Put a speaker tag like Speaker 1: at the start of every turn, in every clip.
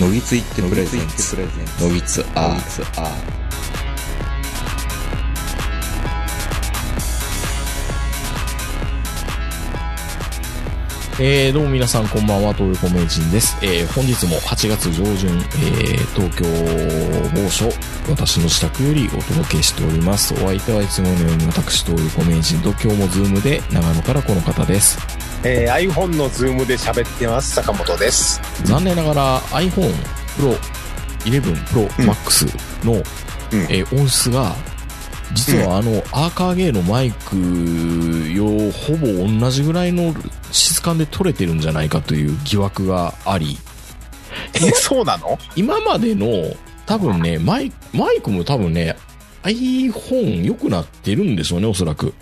Speaker 1: のぎついってプレゼンツのぎつアー
Speaker 2: ツアー
Speaker 3: えー、どうも皆さんこんばんは、東横名人です。えー、本日も8月上旬、えー、東京某所、私の自宅よりお届けしております。お相手はいつものように私、東横名人と今日もズームで長野からこの方です。
Speaker 4: えー、iPhone のズームで喋ってます坂本です
Speaker 3: 残念ながら iPhone Pro 11 Pro Max の、えー音質が実はあの、アーカーゲーのマイクよほぼ同じぐらいの質感で撮れてるんじゃないかという疑惑があり
Speaker 4: え ーそうなの
Speaker 3: 今までの多分ねマイマイクも多分ね iPhone 良くなってるんでしょうねおそらく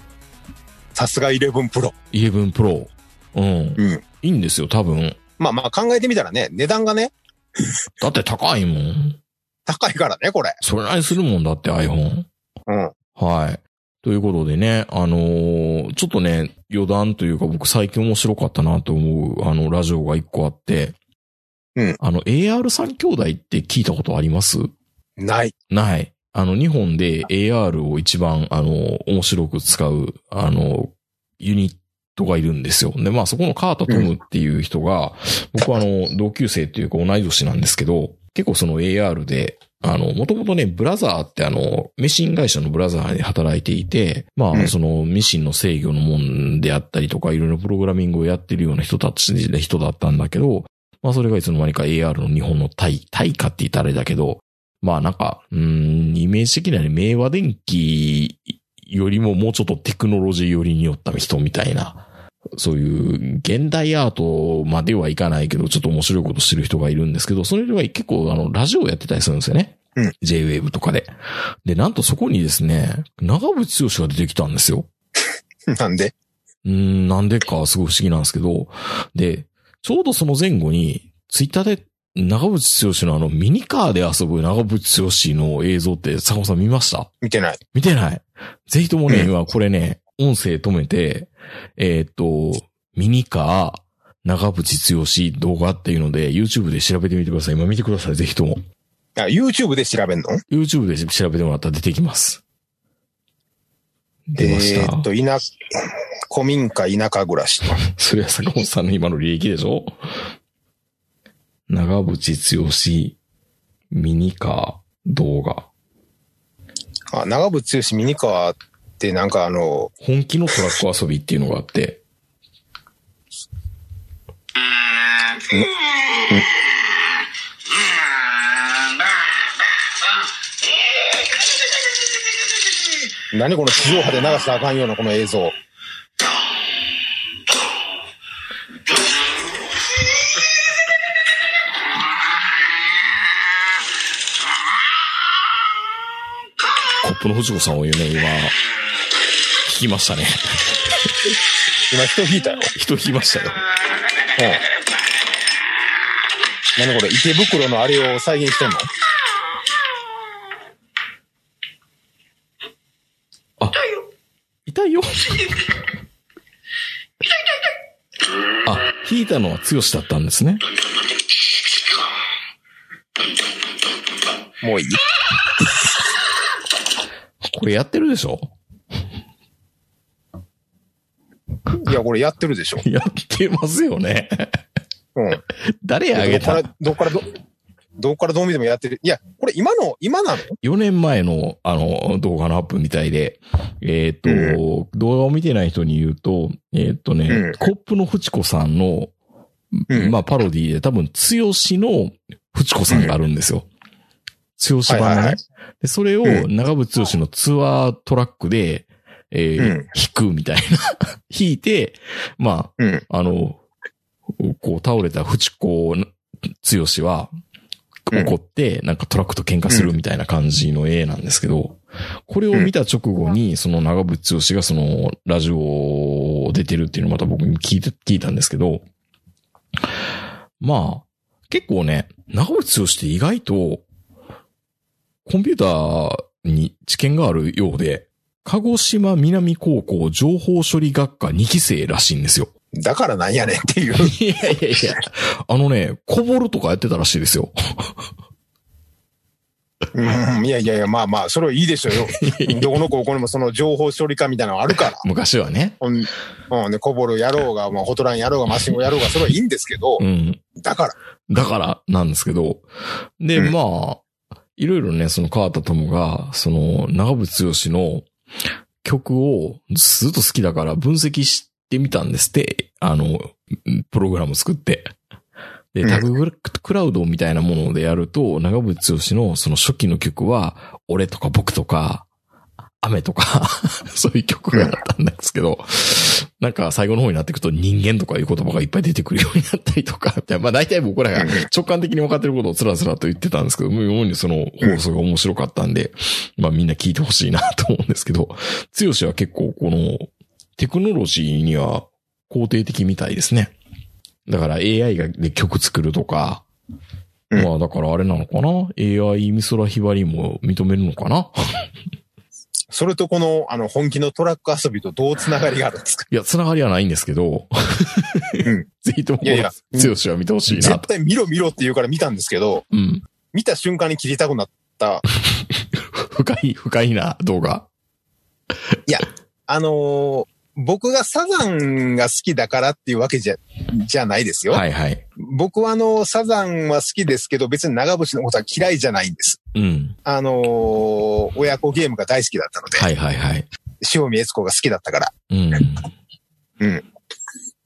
Speaker 4: さすが11プロ
Speaker 3: 11 Pro うん
Speaker 4: うん
Speaker 3: いいんですよ多分
Speaker 4: まあまあ考えてみたらね値段がね
Speaker 3: だって高いもん
Speaker 4: 高いからねこれ
Speaker 3: それなりするもんだって iPhone
Speaker 4: うん
Speaker 3: はい。ということでね、あのーちょっとね、余談というか僕最近面白かったなと思う、あの、ラジオが一個あって、
Speaker 4: うん
Speaker 3: あの、AR3 兄弟って聞いたことあります
Speaker 4: ない
Speaker 3: ない。あの、日本で AR を一番、あの、面白く使う、あの、ユニットがいるんですよ。で、まあそこのカートトムっていう人が、僕はあの、同級生というか同い年なんですけど、結構その AR で、あの、もともとね、ブラザーってあの、ミシン会社のブラザーで働いていて、ま
Speaker 4: う
Speaker 3: あ、
Speaker 4: ん
Speaker 3: そのミシンの制御のもんであったりとか、いろいろプログラミングをやってるような人たちで、人だったんだけど、まあ、それがいつの間にか AR の日本の対、対価って言ったらあれだけど、まあなんか、うーん、イメージ的にはね、明和電機よりももうちょっとテクノロジー寄りに寄った人みたいな、そういう現代アートまではいかないけど、ちょっと面白いことしてる人がいるんですけど、その人が結構あの、ラジオをやってたりするんですよね。
Speaker 4: うん
Speaker 3: J-Wave とかで。で、なんとそこにですね、長渕剛が出てきたんですよ。
Speaker 4: なんで
Speaker 3: うーん、なんでかすごい不思議なんですけど、で、ちょうどその前後に、ツイッターで長渕剛のあのミニカーで遊ぶ長渕剛の映像って坂本さん見ました
Speaker 4: 見てない
Speaker 3: 見てない。ぜひともね、
Speaker 4: うん
Speaker 3: 今これね、音声止めて、えーっと、ミニカー、長渕剛動画っていうので、YouTube で調べてみてください。今見てください、ぜひとも。
Speaker 4: あ YouTube で調べんの
Speaker 3: YouTube で調べてもらったら出てきます。出ました。
Speaker 4: えーっと田古民家田舎暮らし
Speaker 3: それは坂本さんの今の履歴でしょ長渕剛、ミニカー、動画。
Speaker 4: あ長渕剛ミニカーってなんかあの
Speaker 3: 本気のトラック遊びっていうのがあって、
Speaker 4: 何この地上波で流したらあかんようなこの映像
Speaker 3: コップの藤子さんをね、今、聞きましたね。
Speaker 4: 今人引いたよ、
Speaker 3: 人聞きましたよ。
Speaker 4: うん、何これ池袋のあれを再現してんの
Speaker 3: 痛いよ。あ、引いたのは剛だったんですね。
Speaker 4: もういい
Speaker 3: これやってるでしょ
Speaker 4: いや、これやってるでしょ。
Speaker 3: やってますよね。
Speaker 4: うん。
Speaker 3: 誰あ
Speaker 4: ど
Speaker 3: げ
Speaker 4: っか
Speaker 3: た
Speaker 4: ら、どっからど、どっからどう見てもやってる。いや、これ今の、今なの
Speaker 3: ?4 年前の、あの、動画のアップみたいで、えっ、と、動画を見てない人に言うと、えっ、とね、
Speaker 4: うん
Speaker 3: コップのフチコさんの、
Speaker 4: うん
Speaker 3: まあ、パロディで多分、剛のフチコさんがあるんですよ。剛版のね、
Speaker 4: はいはいはい
Speaker 3: で。それを
Speaker 4: う
Speaker 3: 長渕剛のツアートラックで、えー
Speaker 4: うん
Speaker 3: 弾くみたいな。弾いて、ま
Speaker 4: うん。
Speaker 3: あ、あの、こう倒れたフチコ剛は、
Speaker 4: うん
Speaker 3: 怒って、なんかトラックと喧嘩するみたいな感じの絵なんですけど、これを見た直後に、その長渕剛がそのラジオを出てるっていうのをまた僕に聞いて、聞いたんですけど、まあ、結構ね、長渕剛って意外と、コンピューターに知見があるようで、鹿児島南高校情報処理学科2期生らしいんですよ。
Speaker 4: だからなんやねんって いう。
Speaker 3: いやいやいや。あのね、こぼるとかやってたらしいですよ。
Speaker 4: うんいやいやいや、まあまあ、それはいいで しょうよ。どこの高校にもその情報処理化みたいなのあるから。
Speaker 3: 昔はね。
Speaker 4: うん、うん、ね、こぼるやろうが、まあ、ホットラインやろうが、マシンゴやろうが、それはいいんですけど
Speaker 3: う、ん。
Speaker 4: だから、
Speaker 3: だからなんですけど。で、
Speaker 4: うん
Speaker 3: まあ、いろいろね、その川田友が、その長渕剛の曲をずっと好きだから分析してみたんですって、あの、プログラム作って。で、
Speaker 4: うん
Speaker 3: タグクラウドみたいなものでやると、長渕剛のその初期の曲は、俺とか僕とか、雨とか、 そういう曲があったんですけど、なんか最後の方になっていくと人間とかいう言葉がいっぱい出てくるようになったりとか、いやまあ大体僕らが直感的に分かってることをつらつらと言ってたんですけど、もう妙にその放送が面白かったんで、まあみんな聞いてほしいなと思うんですけど、強しは結構このテクノロジーには肯定的みたいですね。だから AI がで曲作るとか、
Speaker 4: うん
Speaker 3: まあだからあれなのかな ?AI 美空ひばりも認めるのかな
Speaker 4: それとこの、あの、本気のトラック遊びとどうつながりがあるん ですか
Speaker 3: いや、つながりはないんですけど、
Speaker 4: ん
Speaker 3: ぜひとも、
Speaker 4: いやいや
Speaker 3: 強は見てほしいな
Speaker 4: 絶
Speaker 3: と。
Speaker 4: 対見ろ見ろって言うから見たんですけど、
Speaker 3: うん。
Speaker 4: 見た瞬間に切りたくなった。
Speaker 3: 深い、深いな動画。
Speaker 4: あのー僕がサザンが好きだからっていうわけじゃ、じゃないですよ。
Speaker 3: はいはい。
Speaker 4: 僕はあの、サザンは好きですけど、別に長渕のことは嫌いじゃないんです。
Speaker 3: うん。
Speaker 4: あのー親子ゲームが大好きだったので、
Speaker 3: はいはいはい。
Speaker 4: 塩見悦子が好きだったから。
Speaker 3: うん。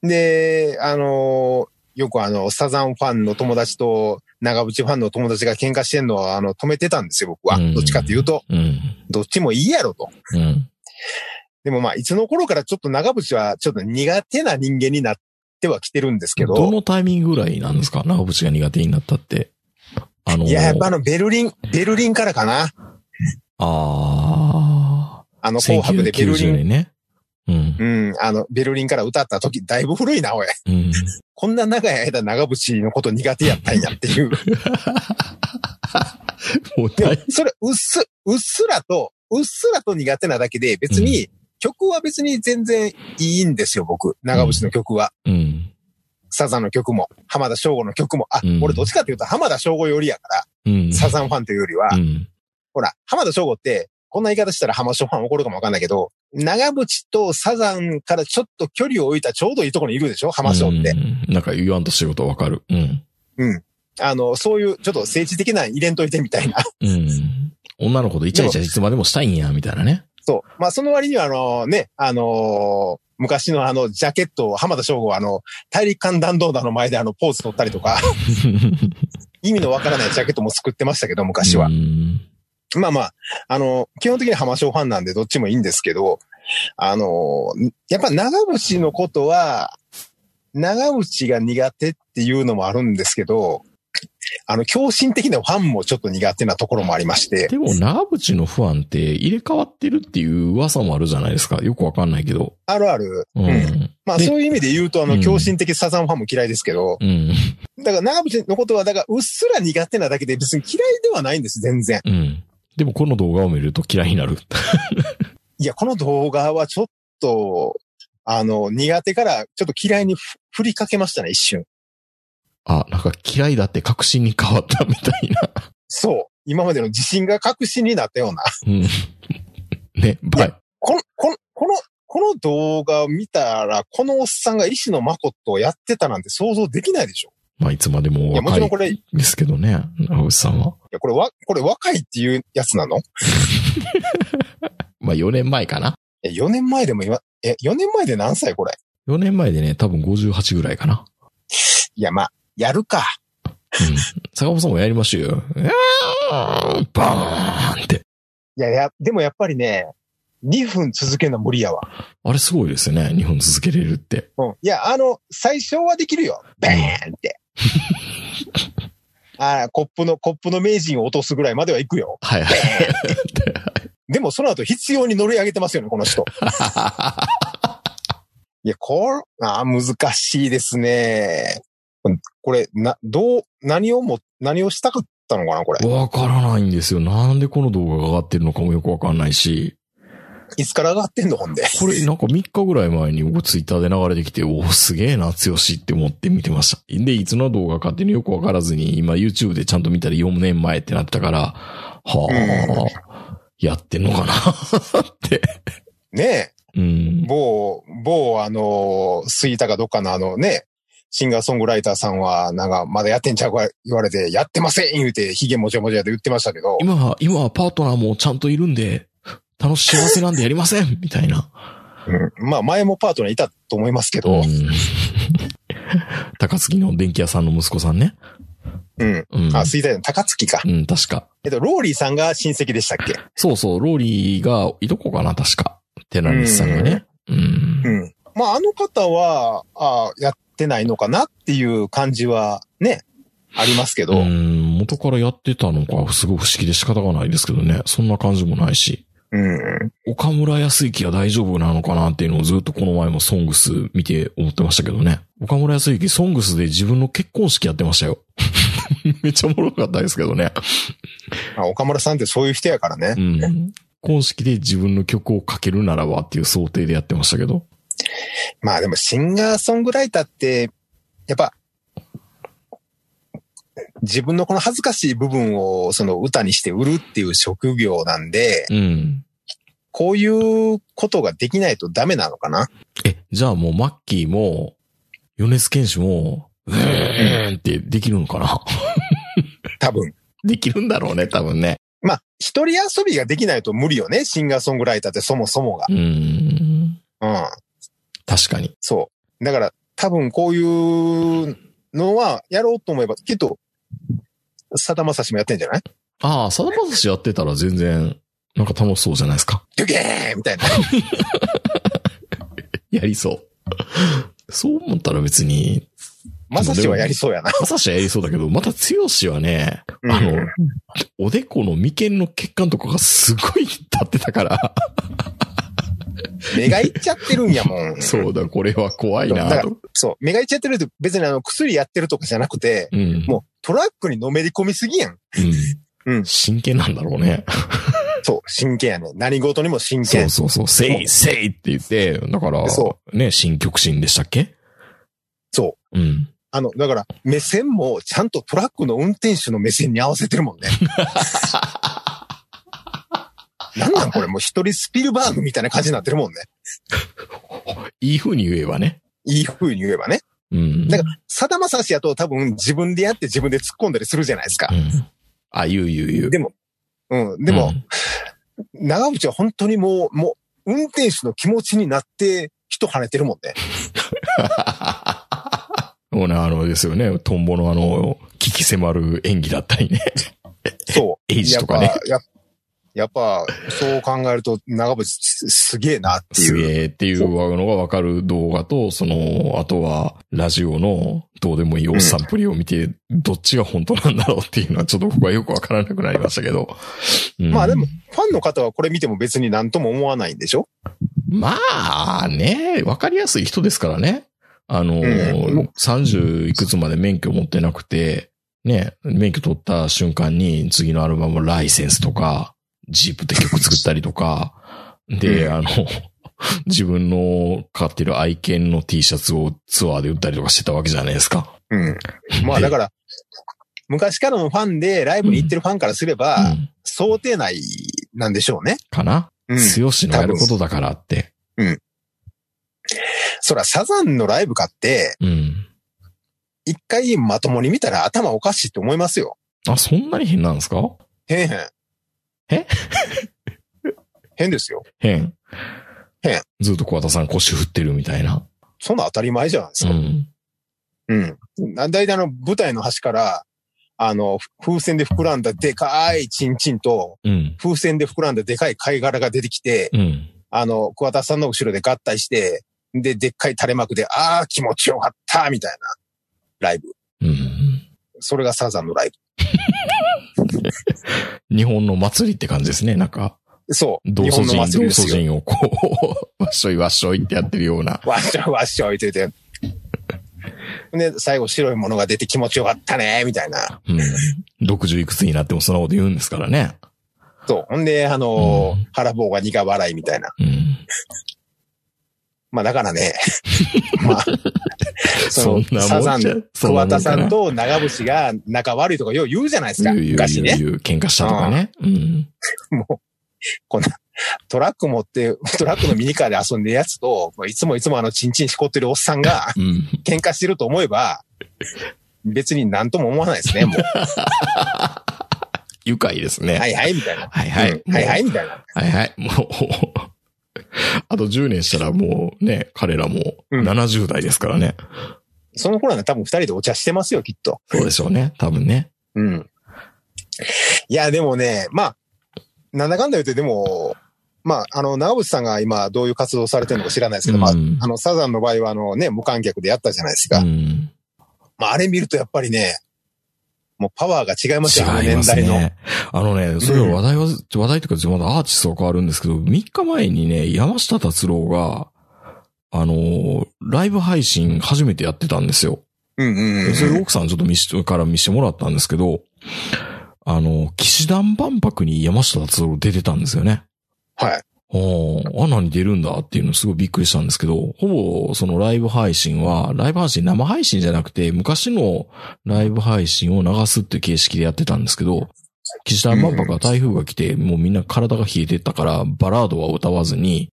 Speaker 4: で、あのーよくあの、サザンファンの友達と、長渕ファンの友達が喧嘩してんのは、あの、止めてたんですよ、僕は。
Speaker 3: うん
Speaker 4: どっちかっていうと、
Speaker 3: うん。
Speaker 4: どっちもいいやろと。
Speaker 3: うん。
Speaker 4: でもまあ、いつの頃からちょっと長渕は、ちょっと苦手な人間になってはきてるんですけど、
Speaker 3: どのタイミングぐらいなんですか長渕が苦手になったって。あのー、
Speaker 4: いや、やっぱあの、ベルリン、ベルリンからかな。
Speaker 3: あ
Speaker 4: あ
Speaker 3: ー。
Speaker 4: の、紅白でベルリ
Speaker 3: 1990
Speaker 4: ン、
Speaker 3: 年ね。うん。
Speaker 4: うん、あの、ベルリンから歌った時、だいぶ古いな、おい。
Speaker 3: うん。
Speaker 4: こんな長い間長渕のこと苦手やったんやっていう。
Speaker 3: もう
Speaker 4: で
Speaker 3: だ
Speaker 4: も
Speaker 3: い、
Speaker 4: それ、うっす、うっすらと、うっすらと苦手なだけで、別に、曲は別に全然いいんですよ、僕。長渕の曲は。
Speaker 3: うん。
Speaker 4: サザンの曲も、浜田省吾の曲も。あ、
Speaker 3: うん
Speaker 4: 俺どっちかっていうと、浜田省吾よりやから、
Speaker 3: うん。
Speaker 4: サザンファンというよりは、
Speaker 3: うん。
Speaker 4: ほら、浜田省吾って、こんな言い方したら浜田省吾ファン怒るかもわかんないけど、長渕とサザンからちょっと距離を置いたちょうどいいところにいるでしょ浜省って
Speaker 3: う。ん。なんか言わんとしてることわかる。うん。
Speaker 4: あの、そういう、ちょっと政治的な入れんといてみたいな。
Speaker 3: うん。女の子とイチャイチャいつまでもしたいんや、みたいなね。
Speaker 4: そう。まあ、その割には、あのね、あのー昔のあの、ジャケットを浜田省吾は、あの、大陸間弾道弾の前であの、ポーズ取ったりと か、意味のわからないジャケットも作ってましたけど、昔は
Speaker 3: う。ん
Speaker 4: まあまあ、あの、基本的に浜省ファンなんでどっちもいいんですけど、あのーやっぱ長渕のことは、長渕が苦手っていうのもあるんですけど、あの、狂心的なファンもちょっと苦手なところもありまして、
Speaker 3: でも、長渕の不安って入れ替わってるっていう噂もあるじゃないですか。よくわかんないけど。
Speaker 4: あるある。う
Speaker 3: う
Speaker 4: ん
Speaker 3: ん。
Speaker 4: まあ
Speaker 3: で
Speaker 4: そういう意味で言うと、あ
Speaker 3: う
Speaker 4: の、
Speaker 3: ん
Speaker 4: 狂心的サザンファンも嫌いですけど、
Speaker 3: うん。
Speaker 4: だから長渕のことは、だからうっすら苦手なだけで別に嫌いではないんです、全然。
Speaker 3: うん。でも、この動画を見ると嫌いになる。
Speaker 4: いや、この動画はちょっと、あの、苦手からちょっと嫌いにふ振りかけましたね、一瞬。
Speaker 3: あ、なんか嫌いだって確信に変わったみたいな。
Speaker 4: そう。今までの自信が確信になったような。
Speaker 3: うん。 ね、ばい。
Speaker 4: この、この、この、この動画を見たら、このおっさんが石野誠をやってたなんて想像できないでしょ。
Speaker 3: まあ、いつまでも
Speaker 4: いや、も
Speaker 3: 若
Speaker 4: ちろん
Speaker 3: い
Speaker 4: これ、い
Speaker 3: ですけどね。長渕さんは。
Speaker 4: や、これわ、これ若いっていうやつなの
Speaker 3: まあ、4年前かな。
Speaker 4: え、4年前でも今、え、4年前で何歳これ
Speaker 3: 4年前でね、多分58ぐらいかな。
Speaker 4: いや、まあ、やるか。
Speaker 3: うん。坂本さんもやりましょうよ。うーんバーンって。
Speaker 4: いや、いや、でもやっぱりね、2分続けるのは無理やわ。
Speaker 3: あれすごいですよね。日本続けれるって。
Speaker 4: うん。いや、あの、最初はできるよ。バーンって。ああ、コップの、コップの名人を落とすぐらいまでは行くよ。
Speaker 3: はいはい。
Speaker 4: でもその後必要に乗り上げてますよね、この人。いや、これ、ああ、難しいですね。これ、な、どう、何をも、何をしたかったのかな、これ。
Speaker 3: わからないんですよ。なんでこの動画が上がってるのかもよくわかんないし。
Speaker 4: いつから上がってんのほんで。
Speaker 3: これなんか3日ぐらい前に僕ツイッターで流れてきて、おお、すげえな、強しって思って見てました。で、いつの動画かっていうのよくわからずに、今 YouTube でちゃんと見たら4年前ってなったから、はあ、やってんのかな って。
Speaker 4: ね
Speaker 3: うん
Speaker 4: え、。某、某、あの、杉田かどっかのあのね、シンガーソングライターさんは、なんか、まだやってんちゃうか言われて、やってません言うて、ヒゲもちゃもちゃで言ってましたけど、
Speaker 3: 今は、今はパートナーもちゃんといるんで、楽しい幸せなんでやりません みたいな。
Speaker 4: うんまあ、前もパートナーいたと思いますけど、
Speaker 3: うん 高槻の電気屋さんの息子さんね。
Speaker 4: うん。
Speaker 3: うん。
Speaker 4: あ、杉田じゃない高槻か。
Speaker 3: うん、確か。
Speaker 4: えっと、ローリーさんが親戚でしたっけ
Speaker 3: そうそう、ローリーが、いとこかな、確か。寺西さんがね。うん。
Speaker 4: うん。まあ、あの方は、あやってないのかなっていう感じはね、ありますけど、
Speaker 3: うん元からやってたのか、すごい不思議で仕方がないですけどね。そんな感じもないし。
Speaker 4: うん。
Speaker 3: 岡村康之は大丈夫なのかなっていうのをずっとこの前もソングス見て思ってましたけどね。岡村康之、ソングスで自分の結婚式やってましたよ。 めっちゃおもろかったですけどね。
Speaker 4: まあ、岡村さんってそういう人やからね
Speaker 3: う。ん。婚式で自分の曲をかけるならばっていう想定でやってましたけど。
Speaker 4: まあでもシンガーソングライターって、やっぱ、自分のこの恥ずかしい部分をその歌にして売るっていう職業なんで、
Speaker 3: うん。
Speaker 4: こういうことができないとダメなのかな
Speaker 3: え、じゃあもうマッキーも、米津玄師も、うーんってできるのかな
Speaker 4: 多分。
Speaker 3: できるんだろうね、多分ね。
Speaker 4: まあ、一人遊びができないと無理よね。シンガーソングライターってそもそもが
Speaker 3: う。ーん。
Speaker 4: うん。
Speaker 3: 確かに。
Speaker 4: そう。だから、多分こういうのは、やろうと思えば、きっと、さだまさしもやってんじゃない
Speaker 3: ああ、さだまさしやってたら全然、なんか楽しそうじゃないですか。
Speaker 4: ドゥゲーンみたいな。
Speaker 3: やりそう。 そう思ったら別に、
Speaker 4: まさしはやりそうやな。
Speaker 3: まさしはやりそうだけど、また強しはね、
Speaker 4: うん
Speaker 3: あの、おでこの眉間の血管とかがすごい 立ってたから、
Speaker 4: 目がいっちゃってるんやもん。
Speaker 3: そうだ、これは怖い
Speaker 4: だ
Speaker 3: な
Speaker 4: から
Speaker 3: と。、
Speaker 4: そう。目がいっちゃってるって別にあの薬やってるとかじゃなくて、
Speaker 3: うん。
Speaker 4: もうトラックにのめり込みすぎやん。
Speaker 3: うん。
Speaker 4: うん
Speaker 3: 真剣なんだろうね。
Speaker 4: そう。真剣やね。何事にも真
Speaker 3: そ
Speaker 4: 剣
Speaker 3: う。そうそう、せいせいって言って、だから、
Speaker 4: そ
Speaker 3: ね、新曲心でしたっけ
Speaker 4: そう。
Speaker 3: うん。
Speaker 4: あの、だから、目線もちゃんとトラックの運転手の目線に合わせてる もんね。なんなんこれもう一人スピルバーグみたいな感じになってるもんね。
Speaker 3: いい風に言えばね。
Speaker 4: いい風に言えばね。
Speaker 3: うん。
Speaker 4: だから、さだまさしやと多分自分でやって自分で突っ込んだりするじゃないですか
Speaker 3: う。ん。あ、言う言う言う。
Speaker 4: でもうん。でも、長渕は本当にもう、もう、運転手の気持ちになって、人跳ねてるもんね。
Speaker 3: うん、もうね、あの、ですよね、トンボのあの、聞き迫る演技だったりね。
Speaker 4: そう。
Speaker 3: エ イジとかね
Speaker 4: やっぱ、ややっぱ、そう考えると、長渕すすげえなって
Speaker 3: す
Speaker 4: いう。
Speaker 3: げえっていうのがわかる動画と、その、あとは、ラジオのどうでもいいおっさんっぷりを見て、どっちが本当なんだろうっていうのはちょっと僕はよくわからなくなりましたけど。うん
Speaker 4: まあでも、ファンの方はこれ見ても別に何とも思わないんでしょ
Speaker 3: まあね、わかりやすい人ですからね。あの、
Speaker 4: うん
Speaker 3: 30いくつまで免許持ってなくて、ね、免許取った瞬間に次のアルバムライセンスとか、ジープって曲作ったりとか、で、
Speaker 4: うん
Speaker 3: あの、 自分の買ってる愛犬の T シャツをツアーで売ったりとかしてたわけじゃないですか。
Speaker 4: うん。まあだから、昔からのファンで、ライブに行ってるファンからすれば、
Speaker 3: うん
Speaker 4: 想定内なんでしょうね。
Speaker 3: かな、
Speaker 4: うん。
Speaker 3: 強しのやることだからって。
Speaker 4: そら、サザンのライブ買って、
Speaker 3: うん。
Speaker 4: 一回まともに見たら頭おかしいって思いますよ。
Speaker 3: あ、そんなに変なんですか
Speaker 4: 変変。
Speaker 3: え
Speaker 4: 変ですよ。
Speaker 3: 変。
Speaker 4: 変。
Speaker 3: ずっと桑田さん腰振ってるみたいな。
Speaker 4: そんな当たり前じゃないです
Speaker 3: う
Speaker 4: か。
Speaker 3: ん。
Speaker 4: うん。だいたいあの、舞台の端から、あの、ふ風船で膨らんだでかいチンチンと、
Speaker 3: うん。
Speaker 4: 風船で膨らんだでかい貝殻が出てきて、
Speaker 3: うん。
Speaker 4: あの、桑田さんの後ろで合体して、で、でっかい垂れ幕で、あー気持ちよかった、みたいな、ライブ。
Speaker 3: うん。
Speaker 4: それがサザンのライ
Speaker 3: 日本の祭りって感じですね。なんか、
Speaker 4: ブ。そう。
Speaker 3: 同
Speaker 4: 日
Speaker 3: 祖
Speaker 4: 本の
Speaker 3: 人、
Speaker 4: 祭り
Speaker 3: 同
Speaker 4: で
Speaker 3: 祖
Speaker 4: すよ。
Speaker 3: 人をこう、わっしょいわっしょいってやってるような。
Speaker 4: わっしょいわっしょいって言って。で、最後白いものが出て気持ちよかったね、みたいな。
Speaker 3: うん。60いくつになってもそんなこと言うんですからね。
Speaker 4: そう。ほんで、あのー
Speaker 3: うん
Speaker 4: 腹棒が苦笑いみたいな。
Speaker 3: うん。
Speaker 4: まあだから ね、まあ、その
Speaker 3: そんな
Speaker 4: サ
Speaker 3: も
Speaker 4: ザ
Speaker 3: んじゃ
Speaker 4: ン、、
Speaker 3: そんなも
Speaker 4: 桑
Speaker 3: んじゃ
Speaker 4: 田さんと長渕が仲悪いとかよう言うじゃないですか。
Speaker 3: 言う言う
Speaker 4: 昔ね。
Speaker 3: 言う言う喧嘩したとかね。うん。
Speaker 4: もう、こんな、トラック持って、トラックのミニカーで遊んでるやつと、いつもいつもあの、チンチンしこってるおっさん が、
Speaker 3: うん。
Speaker 4: 喧嘩してると思えば、別に何とも思わないですね、も う。
Speaker 3: 愉快ですね。
Speaker 4: はいはい、みたいな。
Speaker 3: はいはい。
Speaker 4: うんはいはい、
Speaker 3: も
Speaker 4: みたいな。
Speaker 3: う。はいはい。もう、あと10年したらもうね、彼らも
Speaker 4: うん
Speaker 3: 70代ですからね。
Speaker 4: その頃はね、多分二人でお茶してますよ、きっと。
Speaker 3: そうでしょうね。多分ね。
Speaker 4: うん。いや、でもね、まあ、なんだかんだ言って、でも、まあ、あの、長渕さんが今どういう活動されてるのか知らないですけど、まあ、
Speaker 3: うん
Speaker 4: あの、サザンの場合はあのね、無観客でやったじゃないです
Speaker 3: う
Speaker 4: か。
Speaker 3: ん。
Speaker 4: まあ、あれ見るとやっぱりね、もうパワーが違いますよ、あの
Speaker 3: 違いま
Speaker 4: 年
Speaker 3: す
Speaker 4: 代の。
Speaker 3: ね。あのね、それは話題は、話題というか、まだアーティストは変わるんですけど、3日前にね、山下達郎が、あのー、ライブ配信初めてやってたんですよ。
Speaker 4: うんうんう
Speaker 3: でそれ
Speaker 4: ん。
Speaker 3: 奥さんちょっと見し、から見してもらったんですけど、あの、騎士団万博に山下達郎出てたんですよね。
Speaker 4: はい。
Speaker 3: おーあ、何出るんだっていうのすごいびっくりしたんですけど、ほぼそのライブ配信は、ライブ配信、生配信じゃなくて、昔のライブ配信を流すっていう形式でやってたんですけど、岸田万博は台風が来て、もうみんな体が冷えてったから、バラードは歌わずに、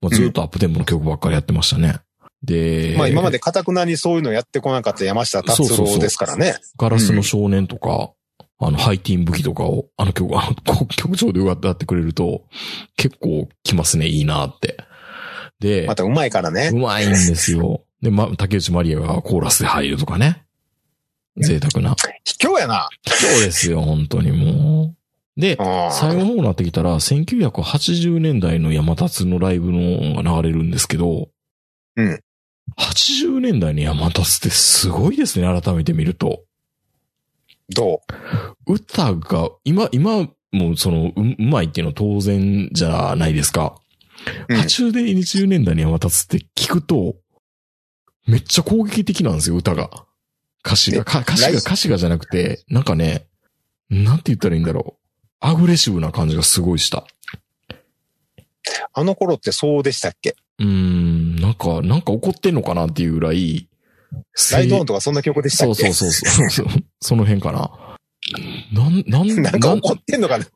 Speaker 3: もうずっとアップテンポの曲ばっかりやってましたね。で、
Speaker 4: まあ、今までかたくなにそういうのやってこなかった山下達
Speaker 3: そうそうそ
Speaker 4: 郎
Speaker 3: う
Speaker 4: ですからね。
Speaker 3: ガラスの少年とか、あの、ハイティーン武器とかを、あの曲、あの、こ曲調で歌ってくれると、結構来ますね、いいなって。で、
Speaker 4: またうまいからね
Speaker 3: う。まいんですよ。で、ま、竹内まりやがコーラスで入るとかね。贅沢な。
Speaker 4: 卑怯やな。
Speaker 3: そうですよ、本当にもう。で、最
Speaker 4: う
Speaker 3: 後
Speaker 4: ん。
Speaker 3: の方になってきたら、1980年代の山立のライブのが流れるんですけど、
Speaker 4: うん。
Speaker 3: 80年代の山立ってすごいですね、改めて見ると。
Speaker 4: ど
Speaker 3: 歌が、今、今、もうその、う、うまいっていうのは当然じゃないですか。
Speaker 4: うん
Speaker 3: 80年、20年代に山立って聞くと、めっちゃ攻撃的なんですよ、歌が。歌詞が、
Speaker 4: え
Speaker 3: か歌詞
Speaker 4: ライ
Speaker 3: が、
Speaker 4: ス
Speaker 3: 歌詞がじゃなくて、なんかね、なんて言ったらいいんだろう。アグレッシブな感じがすごいした。
Speaker 4: うあの頃ってそうでしたっけ
Speaker 3: うーん、なんか、なんか怒ってんのかなっていうぐらい、
Speaker 4: ライトオンとかそんな曲でしたっ
Speaker 3: そ
Speaker 4: け
Speaker 3: うそうそうそうそう。その辺かな。なん、な ん、
Speaker 4: なんか怒ってんのかな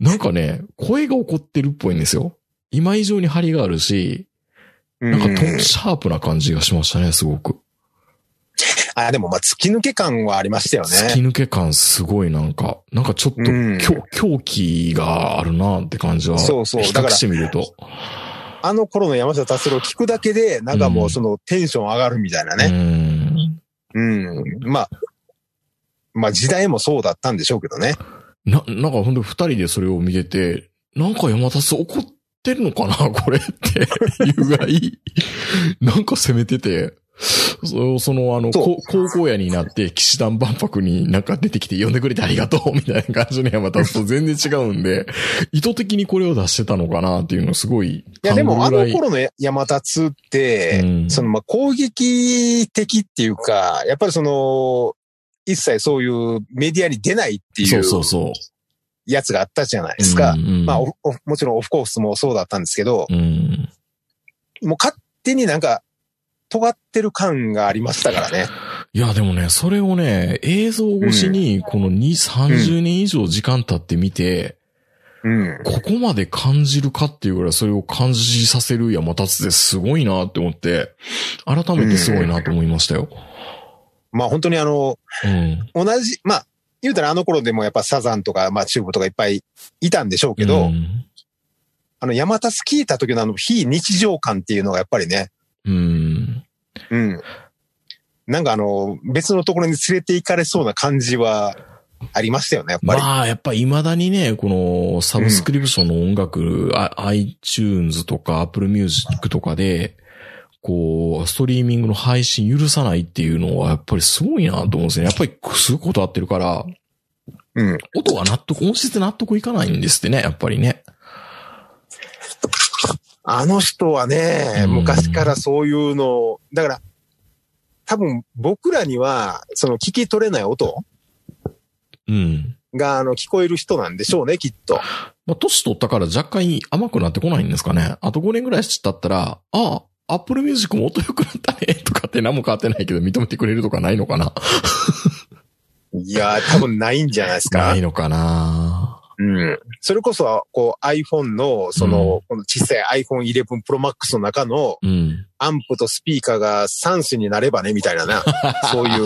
Speaker 3: なんかね、声が怒ってるっぽいんですよ。今以上に張りがあるし、
Speaker 4: な
Speaker 3: なんかトンシャープな感じがしましたね、すごく。
Speaker 4: あ、でもまあ突き抜け感はありましたよ
Speaker 3: 突き
Speaker 4: ね。
Speaker 3: 抜け感すごいなんか、なんかちょっと
Speaker 4: うん
Speaker 3: 狂狂気があるなって感じは、
Speaker 4: そうそう
Speaker 3: 比
Speaker 4: だか
Speaker 3: 較
Speaker 4: ら
Speaker 3: してみると。
Speaker 4: あの頃の山下達郎聞くだけで、なんかもうそのテンション上がるみたいな
Speaker 3: う
Speaker 4: ね。
Speaker 3: ん
Speaker 4: うん。まあ、まあ時代もそうだったんでしょうけどね。
Speaker 3: な、なんかほんと二人でそれを見てて、なんか山田さん怒ってるのかな これっていうぐらい、なんか攻めてて、そそのあの、
Speaker 4: そう
Speaker 3: こ高校野になって、騎士団万博になんか出てきて呼んでくれてありがとう みたいな感じの山田さんと全然違うんで、意図的にこれを出してたのかなっていうのをすごい
Speaker 4: いやでもあ
Speaker 3: 感
Speaker 4: の
Speaker 3: じるぐらい
Speaker 4: 頃の山達って、
Speaker 3: うん
Speaker 4: そのまあ攻撃的っていうか、やっぱりその、一切そういうメディアに出ないってい
Speaker 3: そううそうそう。
Speaker 4: やつがあったじゃないですか
Speaker 3: う。ん
Speaker 4: まあ、オフオフもちろんオフコースもそうだったんですけど、
Speaker 3: うん。
Speaker 4: もう勝手になんか、尖ってる感がありましたからね。
Speaker 3: いや、でもね、それをね、映像越しに、この2、30年以上時間経って見て、
Speaker 4: うん。
Speaker 3: ここまで感じるかっていうぐらいそれを感じさせる山立ってすごいなって思って、改めてすごいなと思いましたよ。
Speaker 4: まあ本当にあの、
Speaker 3: うん。
Speaker 4: 同じ、まあ、言うたらあの頃でもやっぱサザンとか、まあチューブとかいっぱいいたんでしょうけど、
Speaker 3: うん。
Speaker 4: あの、山田ス聞いた時のあの、非日常感っていうのがやっぱりね、
Speaker 3: うん。
Speaker 4: うん。なんかあの、別のところに連れて行かれそうな感じはありましたよね、やっぱり。
Speaker 3: まあ、やっぱ未だにね、このサブスクリプションの音楽、あ iTunes とか Apple Music とかで、こう、ストリーミングの配信許さないっていうのはやっぱりすごいなと思うんですよね。やっぱりすごいことあってるから、
Speaker 4: うん。
Speaker 3: 音は納得、音質で納得いかないんですってね、やっぱりね。
Speaker 4: あの人はね、
Speaker 3: うん
Speaker 4: 昔からそういうのを、だから、多分僕らには、その聞き取れない音
Speaker 3: うん。
Speaker 4: が、あの、聞こえる人なんでしょうね、きっと。
Speaker 3: まあ、年取ったから若干甘くなってこないんですかね。あと5年ぐらい経ったら、ああ、アップルミュージックも音良くなったね、とかって何も変わってないけど認めてくれるとかないのかない
Speaker 4: やー、多分ないんじゃないですか
Speaker 3: な。いのかな
Speaker 4: うん。それこそ、こう iPhone の、その、この小さい iPhone 11 Pro Max の中の
Speaker 3: うん。
Speaker 4: アンプとスピーカーが3種になればね、みたいな な。そういう。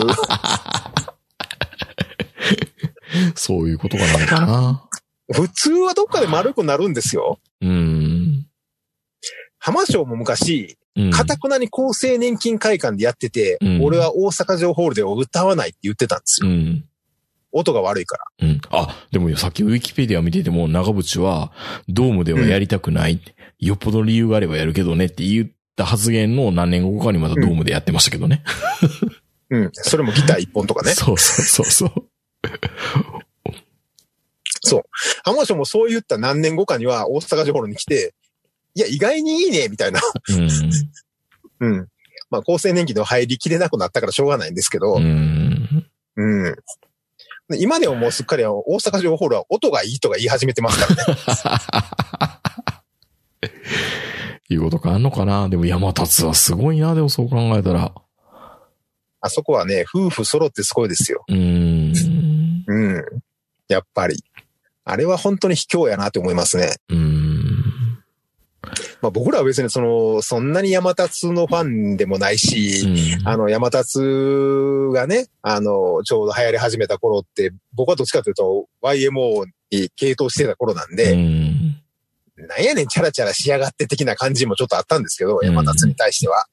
Speaker 3: そういうことがないかな
Speaker 4: 普通はどっかで丸くなるんですよ。
Speaker 3: うん。
Speaker 4: 浜省も昔、
Speaker 3: うん。
Speaker 4: かたくなに厚生年金会館でやってて、
Speaker 3: うん
Speaker 4: 俺は大阪城ホールで歌わないって言ってたんです
Speaker 3: う
Speaker 4: よ。
Speaker 3: ん。
Speaker 4: 音が悪いから。
Speaker 3: うん。あ、でもよさっきウィキペディア見てても、長渕は、ドームではやりたくない、よっぽどの理由があればやるけどねって言った発言の何年後かにまたドームでやってましたけどね。
Speaker 4: うん。それもギター一本とかね。
Speaker 3: そうそうそうそう。
Speaker 4: 浜省もそう言った何年後かには大阪城ホールに来て、いや、意外にいいね、みたいな。
Speaker 3: う
Speaker 4: うん。まあ、厚生年金の入りきれなくなったからしょうがないんですけど、
Speaker 3: ん。うん。
Speaker 4: うん。で今でももうすっかりあの大阪城ホールは音がいいとか言い始めてますからね。
Speaker 3: いうことかあんのかなでも山立はすごいな、でもそう考えたら。
Speaker 4: あそこはね、夫婦揃ってすごいですよ。
Speaker 3: うん。
Speaker 4: うん。やっぱり。あれは本当に卑怯やなって思いますね。
Speaker 3: うん。
Speaker 4: まあ僕らは別にその、そんなに山立のファンでもないし、あの山立がね、あの、ちょうど流行り始めた頃って、僕はどっちかというと YMO に傾倒してた頃なん
Speaker 3: う
Speaker 4: で、
Speaker 3: ん。
Speaker 4: なんやねん、チャラチャラしやがって的な感じもちょっとあったんですけど、山立に対しては。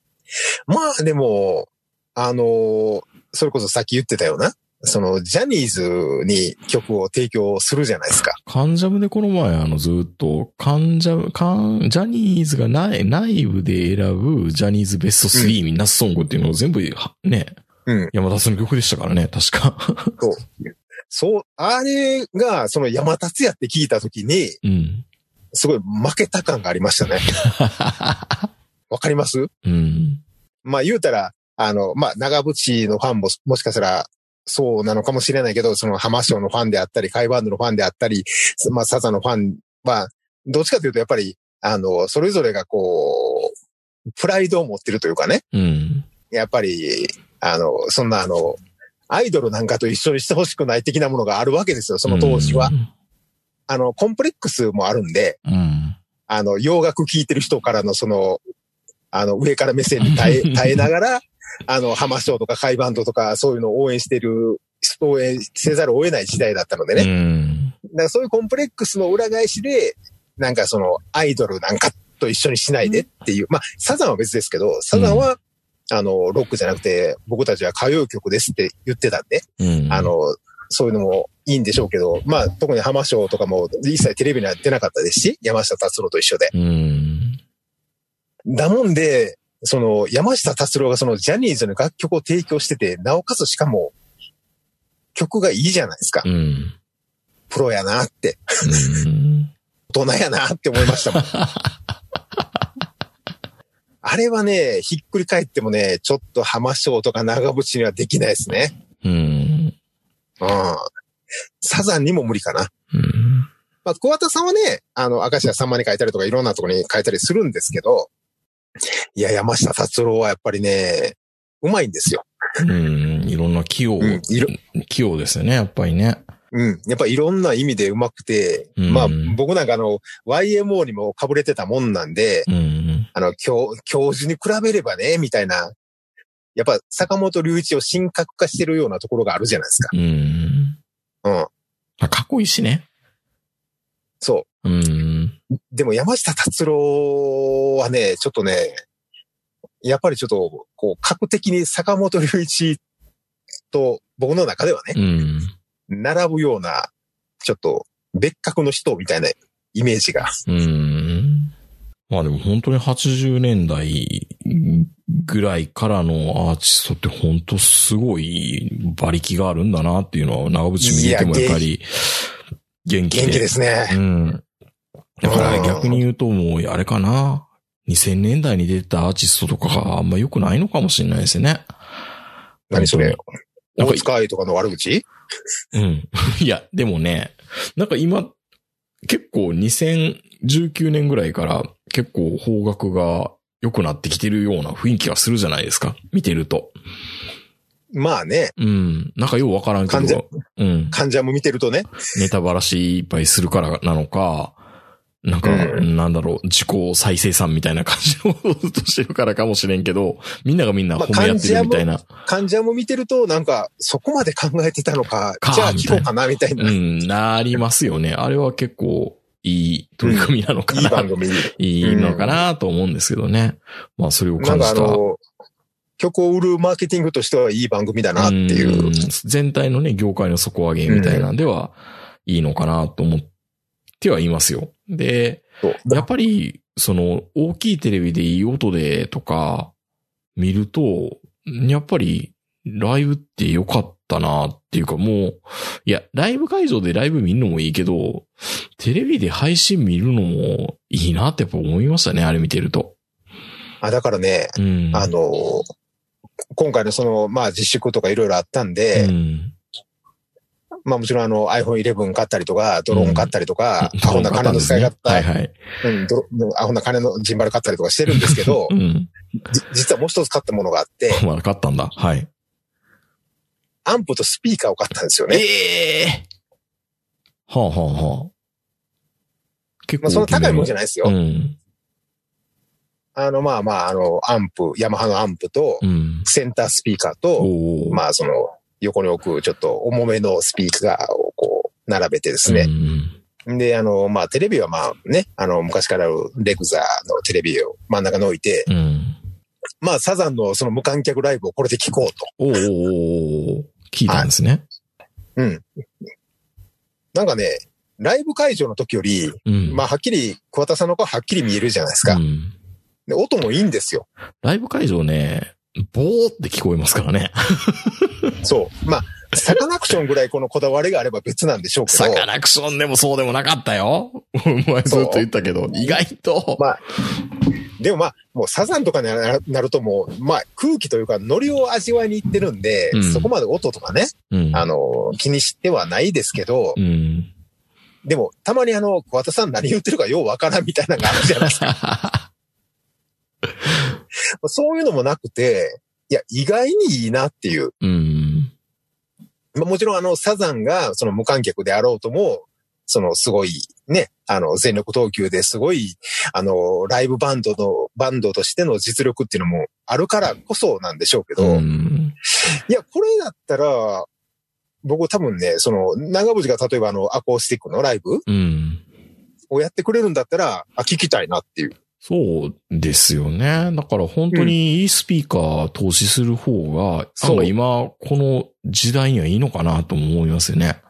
Speaker 4: まあでも、あのーそれこそさっき言ってたような、その、ジャニーズに曲を提供するじゃないですか。
Speaker 3: カンジャムでこの前、あの、ずっと、カンジャム、カン、ジャニーズがない、内部で選ぶ、ジャニーズベスト3、みんなソングっていうのを全部、はね、
Speaker 4: うん。
Speaker 3: 山田さんの曲でしたからね、確か。
Speaker 4: そう、あれが、その山立やって聞いた時に、
Speaker 3: うん。
Speaker 4: すごい負けた感がありましたね。 わかります
Speaker 3: うん。
Speaker 4: まあ言うたら、あの、まあ長渕のファンももしかしたらそうなのかもしれないけど、その浜省のファンであったり、海バンドのファンであったり、まあサザのファンは、どっちかというとやっぱり、あの、それぞれがこう、プライドを持ってるというかね、
Speaker 3: うん。
Speaker 4: やっぱり、あの、そんなあの、アイドルなんかと一緒にしてほしくない的なものがあるわけですよ、その当時は。あの、コンプレックスもあるんで、
Speaker 3: うん。
Speaker 4: あの、洋楽聴いてる人からのその、あの、上から目線に耐 え、耐えながら、あの、浜松とか海バンドとか、そういうのを応援してる、応援せざるを得ない時代だったので
Speaker 3: う
Speaker 4: ね。
Speaker 3: ん。
Speaker 4: だからそういうコンプレックスの裏返しで、なんかその、アイドルなんかと一緒にしないでっていう。まあ、サザンは別ですけど、サザンは、あの、ロックじゃなくて、僕たちは歌謡曲ですって言ってたんで、
Speaker 3: うん。
Speaker 4: あ、の、そういうのもいいんでしょうけど、まあ、特に浜松とかも一切テレビには出なかったですし、山下達郎と一緒で。
Speaker 3: うん。
Speaker 4: だもんで、その、山下達郎がそのジャニーズの楽曲を提供してて、なおかつしかも、曲がいいじゃないですか
Speaker 3: う。ん。
Speaker 4: プロやなって、大人やなって思いましたもん。 あれはね、ひっくり返ってもね、ちょっと浜章とか長渕にはできないですね。
Speaker 3: うん。
Speaker 4: うん。サザンにも無理かな。
Speaker 3: うん。
Speaker 4: まあ、桑田さんはね、あの、明石家さんまに書いたりとか、いろんなところに書いたりするんですけど、いや、山下達郎はやっぱりね、うまいんですよ。
Speaker 3: うん。いろんな器用、
Speaker 4: うん、いろ
Speaker 3: 器用ですよね、やっぱりね。
Speaker 4: うん。やっぱいろんな意味でうまくて、
Speaker 3: うん
Speaker 4: まあ僕なんかあの、YMO にも被れてたもんなんで、
Speaker 3: うん。
Speaker 4: あの、教、教授に比べればね、みたいな、やっぱ坂本隆一を神格化してるようなところがあるじゃないです
Speaker 3: うん。
Speaker 4: か。うん。
Speaker 3: あかっこいいしね。
Speaker 4: そ
Speaker 3: うん。
Speaker 4: う。でも山下達郎はね、ちょっとね、やっぱりちょっと、こう、格的に坂本隆一と僕の中ではね、
Speaker 3: うん。
Speaker 4: 並ぶような、ちょっと別格の人みたいなイメージが。
Speaker 3: うん。まあでも本当に80年代ぐらいからのアーティストって本当すごい馬力があるんだなっていうのは長渕見ててもやっぱり元気で。
Speaker 4: 元気ですね。
Speaker 3: うん。だから逆に言うともうあれかな。2000年代に出てたアーティストとかがあんま良くないのかもしれないですね。
Speaker 4: 何それ
Speaker 3: なん
Speaker 4: 大
Speaker 3: か
Speaker 4: 塚愛とかの悪口
Speaker 3: うん。 いや、でもね、なんか今、結構2019年ぐらいから結構方角が良くなってきてるような雰囲気はするじゃないですか。見てると。
Speaker 4: まあね、
Speaker 3: うん。なんかようわからんけ
Speaker 4: 完全
Speaker 3: ど。うん。
Speaker 4: 患者も見てるとね、
Speaker 3: ネタばらしいっぱいするからなのか、なんか、
Speaker 4: う
Speaker 3: なんだろう、自己再生産みたいな感じをずっとしてるからかもしれんけど、みんながみんな褒め合ってるみたいな。
Speaker 4: 患者も見てると、なんか、そこまで考えてたのか、
Speaker 3: か
Speaker 4: じゃあ聞こうかな、みたいな。
Speaker 3: う
Speaker 4: い
Speaker 3: ん、なりますよね。あれは結構いい取り組みなのか
Speaker 4: い
Speaker 3: な。
Speaker 4: 番組。
Speaker 3: いいのかなと思うんですけどね。まあ、それを
Speaker 4: な
Speaker 3: 感
Speaker 4: ん
Speaker 3: じ
Speaker 4: かあ
Speaker 3: た。
Speaker 4: の、曲を売るマーケティングとしてはいい番組だなっていう。
Speaker 3: ん全体のね、業界の底上げみたいなんでは、いいのかなと思ってはいますよ。で、
Speaker 4: そう
Speaker 3: やっぱり、その、大きいテレビでいい音でとか、見ると、やっぱり、ライブって良かったなっていうか、もう、いや、ライブ会場でライブ見るのもいいけど、テレビで配信見るのもいいなってやっぱ思いましたね、あれ見てると。
Speaker 4: あだからね、
Speaker 3: うん。
Speaker 4: あの、今回のその、まあ自粛とかいろいろあったんで、
Speaker 3: うん、
Speaker 4: まあもちろんあの iPhone 11買ったりとか、ドローン買ったりとか、アホな金
Speaker 3: ん
Speaker 4: の
Speaker 3: です
Speaker 4: 使い
Speaker 3: ね
Speaker 4: 方、
Speaker 3: はいはい。
Speaker 4: うんドロアホな金のジンバル買ったりとかしてるんですけど
Speaker 3: う、ん。
Speaker 4: じ実はもう一つ買ったものがあって、
Speaker 3: まだ買ったんだ。はい。
Speaker 4: アンプとスピーカーを買ったんですよね。
Speaker 3: ええはあはあはあ。結
Speaker 4: まあそんな高いもんじゃ
Speaker 3: ない
Speaker 4: ないです
Speaker 3: よ。う
Speaker 4: よ。
Speaker 3: ん。
Speaker 4: あのまあまあ、あの、アンプ、ヤマハのアンプと、
Speaker 3: うん。
Speaker 4: センタースピーカーと、
Speaker 3: おお。あ
Speaker 4: まあその、横に置くちょっと重めのスピーカーをこう、並べてで
Speaker 3: う
Speaker 4: す
Speaker 3: んう
Speaker 4: ね。
Speaker 3: ん。
Speaker 4: で、あの、まあテレビはまあね、あの、昔からあるレグザのテレビを真ん中に置いて、
Speaker 3: うん。
Speaker 4: まあサザンのその無観客ライブをこれで聞こうと。
Speaker 3: おーおーおーおー聞いたんですね。
Speaker 4: うん。なんかね、ライブ会場の時より、
Speaker 3: うん。
Speaker 4: まあはっきり、桑田さんの顔はっきり見えるじゃないですか
Speaker 3: う。ん。
Speaker 4: で、音もいいんですよ。
Speaker 3: ライブ会場ね、ボーって聞こえますからね。
Speaker 4: そう。まあ、サカナクションぐらいこのこだわりがあれば別なんでしょうけど
Speaker 3: サ、カナクションでもそうでもなかったよ。 お前ずっと言ったけど、意外と。
Speaker 4: まあでもまあ、もうサザンとかにななるともう、まあ空気というかノリを味わいに行ってるんで、
Speaker 3: うん
Speaker 4: そこまで音とかね、
Speaker 3: うん。
Speaker 4: あの、気にしてはないですけど
Speaker 3: う、ん。
Speaker 4: でもたまにあの、桑田さん何言ってるかようわからんみたいなのがあるじゃない ですか。そういうのもなくて、いや、意外にいいなっていう。
Speaker 3: うん。
Speaker 4: まあ、もちろんあの、サザンがその無観客であろうとも、そのすごいね、あの、全力投球ですごい、あの、ライブバンドの、バンドとしての実力っていうのもあるからこそなんでしょうけど、
Speaker 3: うん。
Speaker 4: いや、これだったら、僕多分ね、その、長渕が例えばあの、アコースティックのライブ
Speaker 3: うん。
Speaker 4: をやってくれるんだったら、あ、聞きたいなっていう。
Speaker 3: そうですよね。だから本当にいいスピーカー投資する方が、
Speaker 4: そう
Speaker 3: なんか今この時代にはいいのかなとも思いますよね。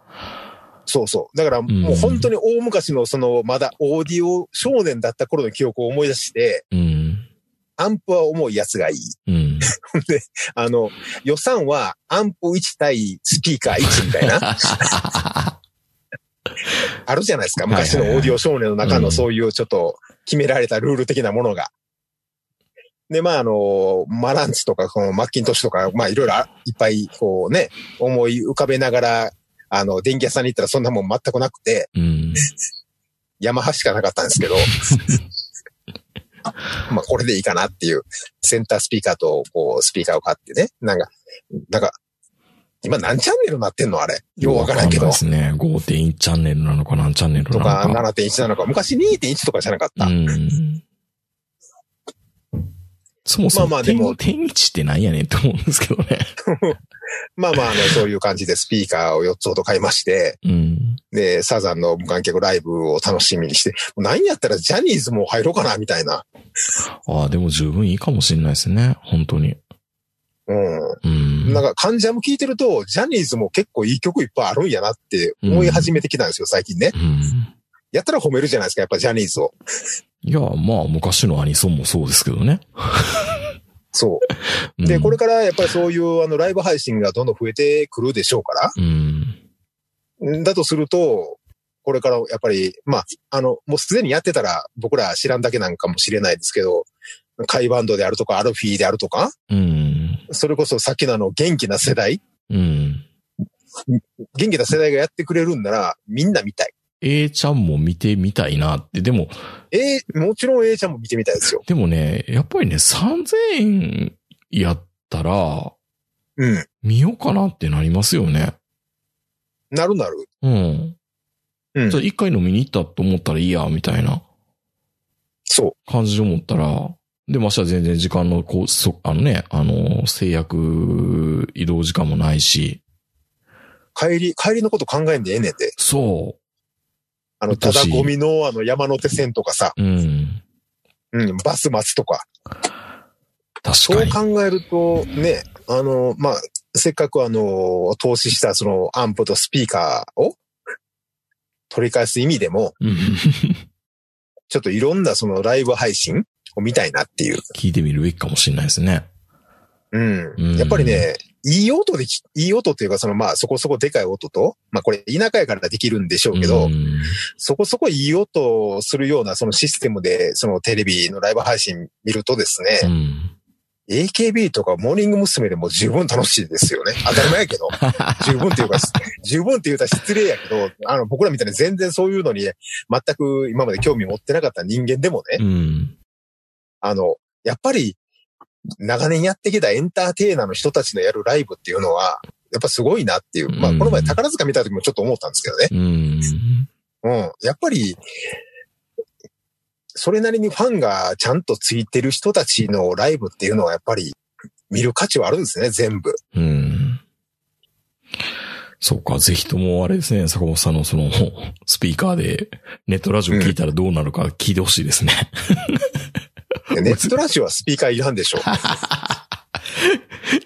Speaker 4: そうそう。だからもう本当に大昔のその、まだオーディオ少年だった頃の記憶を思い出して、
Speaker 3: うん。
Speaker 4: アンプは重いやつがいい。
Speaker 3: うん。
Speaker 4: あの、予算はアンプ1対スピーカー1みたい な、あるじゃないですか。昔の
Speaker 3: はいはいはい
Speaker 4: オーディオ少年の中
Speaker 3: う
Speaker 4: の
Speaker 3: ん
Speaker 4: そういうちょっと決められたルール的なものが。で、まあ、あの、マランチとか、このマッキントッシュとか、まあ、いろいろあいっぱい、こうね、思い浮かべながら、あの、電気屋さんに行ったらそんなもん全くなくて、
Speaker 3: うん。
Speaker 4: ヤマハしかなかったんです けど、まあ、これでいいかなっていう、センタースピーカーと、こう、スピーカーを買ってね、なんか、なんか、今何チャンネルになってんのあれ。 ようわからんけど
Speaker 3: で。すね。5.1チャンネルなのか何チャンネルな
Speaker 4: と
Speaker 3: の
Speaker 4: か
Speaker 3: か。
Speaker 4: 7.1なのか、昔2.1とかじゃなかった。
Speaker 3: うん。そもそも、
Speaker 4: まあまあでも
Speaker 3: 天一ってなんやねんと思うんですけどね。
Speaker 4: まあまあ、あの、そういう感じでスピーカーを4つほど買いまして、
Speaker 3: うん。
Speaker 4: で、サザンの無観客ライブを楽しみにして、何やったらジャニーズも入ろうかな、みたいな。
Speaker 3: ああ、でも十分いいかもしれないですね。本当に。
Speaker 4: う。
Speaker 3: うんん。
Speaker 4: なんか、患者も聞いてると、ジャニーズも結構いい曲いっぱいあるんやなって思い始めてきたんですよ、最近ね
Speaker 3: う。ん。
Speaker 4: やったら褒めるじゃないですか、やっぱジャニーズを。
Speaker 3: いや、まあ、昔のアニソンもそうですけどね。
Speaker 4: そう。
Speaker 3: うん
Speaker 4: で、これからやっぱりそういうあのライブ配信がどんどん増えてくるでしょうから、
Speaker 3: うん。
Speaker 4: だとすると、これからやっぱり、まあ、あの、もうすでにやってたら僕ら知らんだけなんかもしれないですけど、カイバンドであるとか、アルフィーであるとか、
Speaker 3: うん。
Speaker 4: それこそさっきのあの元気な世代
Speaker 3: うん。
Speaker 4: 元気な世代がやってくれるんなら、みんな見たい。
Speaker 3: A ちゃんも見てみたいなって、でも、
Speaker 4: えーもちろん A ちゃんも見てみたいですよ。
Speaker 3: でもね、やっぱりね、3000円やったら、
Speaker 4: うん。
Speaker 3: 見ようかなってなりますよね。
Speaker 4: なるなる。
Speaker 3: うん。
Speaker 4: うん
Speaker 3: じゃあ一回飲みに行ったと思ったらいいや、みたいな
Speaker 4: そ
Speaker 3: 感じで思ったら、で、ましては全然時間の、こう、そ、あのね、あの、制約、移動時間もないし、
Speaker 4: う。帰り、帰りのこと考えんでええねんで。
Speaker 3: そ
Speaker 4: あの、ただゴミの、あの、山手線とかさ、
Speaker 3: う。うん。
Speaker 4: うん、バス待つとか。
Speaker 3: 確
Speaker 4: そ
Speaker 3: か
Speaker 4: う
Speaker 3: に。
Speaker 4: 考えると、ね、あの、まあ、せっかくあの、投資したそのアンプとスピーカーを取り返す意味でも、
Speaker 3: うん
Speaker 4: ちょっといろんなそのライブ配信を見たいなっていう。
Speaker 3: 聞いてみるべきかもしれないですね。
Speaker 4: う
Speaker 3: うん
Speaker 4: ん。やっぱりね、いい音でき、いい音っていうか、そのまあそこそこでかい音と、まあこれ田舎やからできるんでしょうけど、
Speaker 3: うん
Speaker 4: そこそこいい音をするようなそのシステムで、そのテレビのライブ配信見るとですね、
Speaker 3: うん
Speaker 4: AKB とかモーニング娘。でも十分楽しいですよね。当たり前やけ ど。十分っていうか、十分って言うたら失礼やけど、あの、僕らみたいに全然そういうのに、全く今まで興味持ってなかった人間でもね、
Speaker 3: うん。
Speaker 4: あの、やっぱり、長年やってきたエンターテイナーの人たちのやるライブっていうのは、やっぱすごいなっていう。まあ、
Speaker 3: うん
Speaker 4: この前宝塚見た時もちょっと思ったんですけどね。
Speaker 3: うん。
Speaker 4: うん。やっぱり、それなりにファンがちゃんとついてる人たちのライブっていうのはやっぱり見る価値はあるんですね、全部。
Speaker 3: うん。そうか、ぜひともあれですね、坂本さんのその、スピーカーでネットラジオ聞いたらどうなるか聞いてほしいですね。
Speaker 4: でネットラジオはスピーカーいらんでしょ。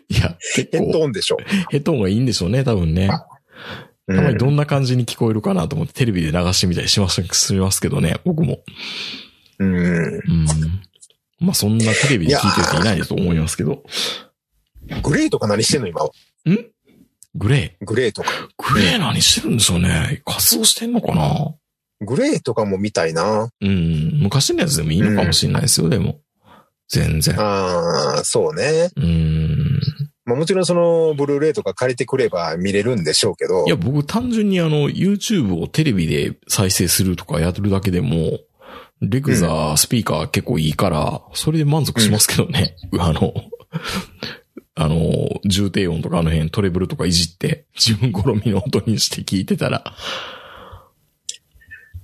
Speaker 3: いや、結
Speaker 4: ヘッド
Speaker 3: 構、
Speaker 4: ホンでしょ。
Speaker 3: ヘッドホンがいいんでしょうね、多分ね。
Speaker 4: う
Speaker 3: たまに
Speaker 4: ん、
Speaker 3: どんな感じに聞こえるかなと思ってテレビで流してみたりしますしますけどね、僕も。
Speaker 4: うん
Speaker 3: うん。まあ、そんなテレビで聞いてる人いないと思いますけど。
Speaker 4: グレーとか何してんの今は。
Speaker 3: グレ
Speaker 4: グレーとか。
Speaker 3: ー。グレー何してるんでしょうね。活動してんのかな
Speaker 4: グレーとかも見たいな。
Speaker 3: うん。昔のやつでもいいのかもしれないですよ、でも。全然。
Speaker 4: ああ、そうね。
Speaker 3: うん。
Speaker 4: まあもちろんその、ブルーレイとか借りてくれば見れるんでしょうけど
Speaker 3: い。や、僕単純にあの、YouTube をテレビで再生するとかやってるだけでも、レグザースピーカー結構いいから、それで満足しますけどね。あの、あの、重低音とかあの辺トレブルとかいじって、自分好みの音にして聞いてたら。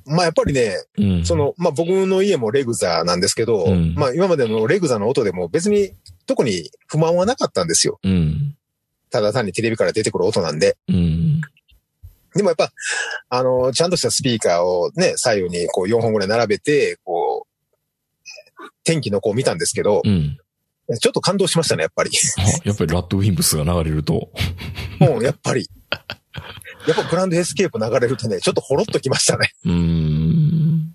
Speaker 4: まあやっぱりね、
Speaker 3: うん。
Speaker 4: そ、の、まあ僕の家もレグザなんですけど、
Speaker 3: うん
Speaker 4: まあ今までのレグザの音でも別に特に不満はなかったんですよ。
Speaker 3: うん。
Speaker 4: ただ単にテレビから出てくる音なんで。
Speaker 3: うん。
Speaker 4: でもやっぱ、あの、ちゃんとしたスピーカーをね、左右にこう4本ぐらい並べて、こう、天気の子を見たんですけど
Speaker 3: う、ん。
Speaker 4: ちょっと感動しましたね、やっぱり。
Speaker 3: あやっぱりラッドウィンプスが流れると、
Speaker 4: もうやっぱり。やっぱグランドエスケープ流れるとね、ちょっとほろっときましたね。
Speaker 3: うーん。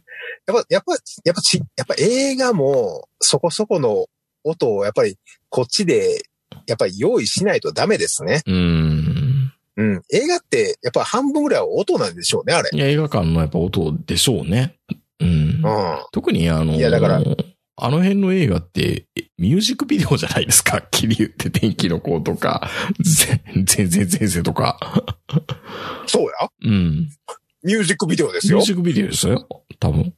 Speaker 4: やっぱ、やっぱ、やっぱち、やっぱ映画もそこそこの音をやっぱりこっちで、やっぱり用意しないとダメですね。
Speaker 3: うーん。
Speaker 4: うん。映画って、やっぱ半分ぐらいは音なんでしょうね、あれ。
Speaker 3: いや、映画館のやっぱ音でしょうね。うん。
Speaker 4: う
Speaker 3: 特にあの、
Speaker 4: いやだから
Speaker 3: あの辺の映画って、えミュージックビデオじゃないですか。 切り言って天気の子とか、全然先生とか。
Speaker 4: ん。そうや。
Speaker 3: うん。
Speaker 4: ミュージックビデオです
Speaker 3: ミュ
Speaker 4: よ。
Speaker 3: ー
Speaker 4: だか
Speaker 3: ジックビデオですよ。多分。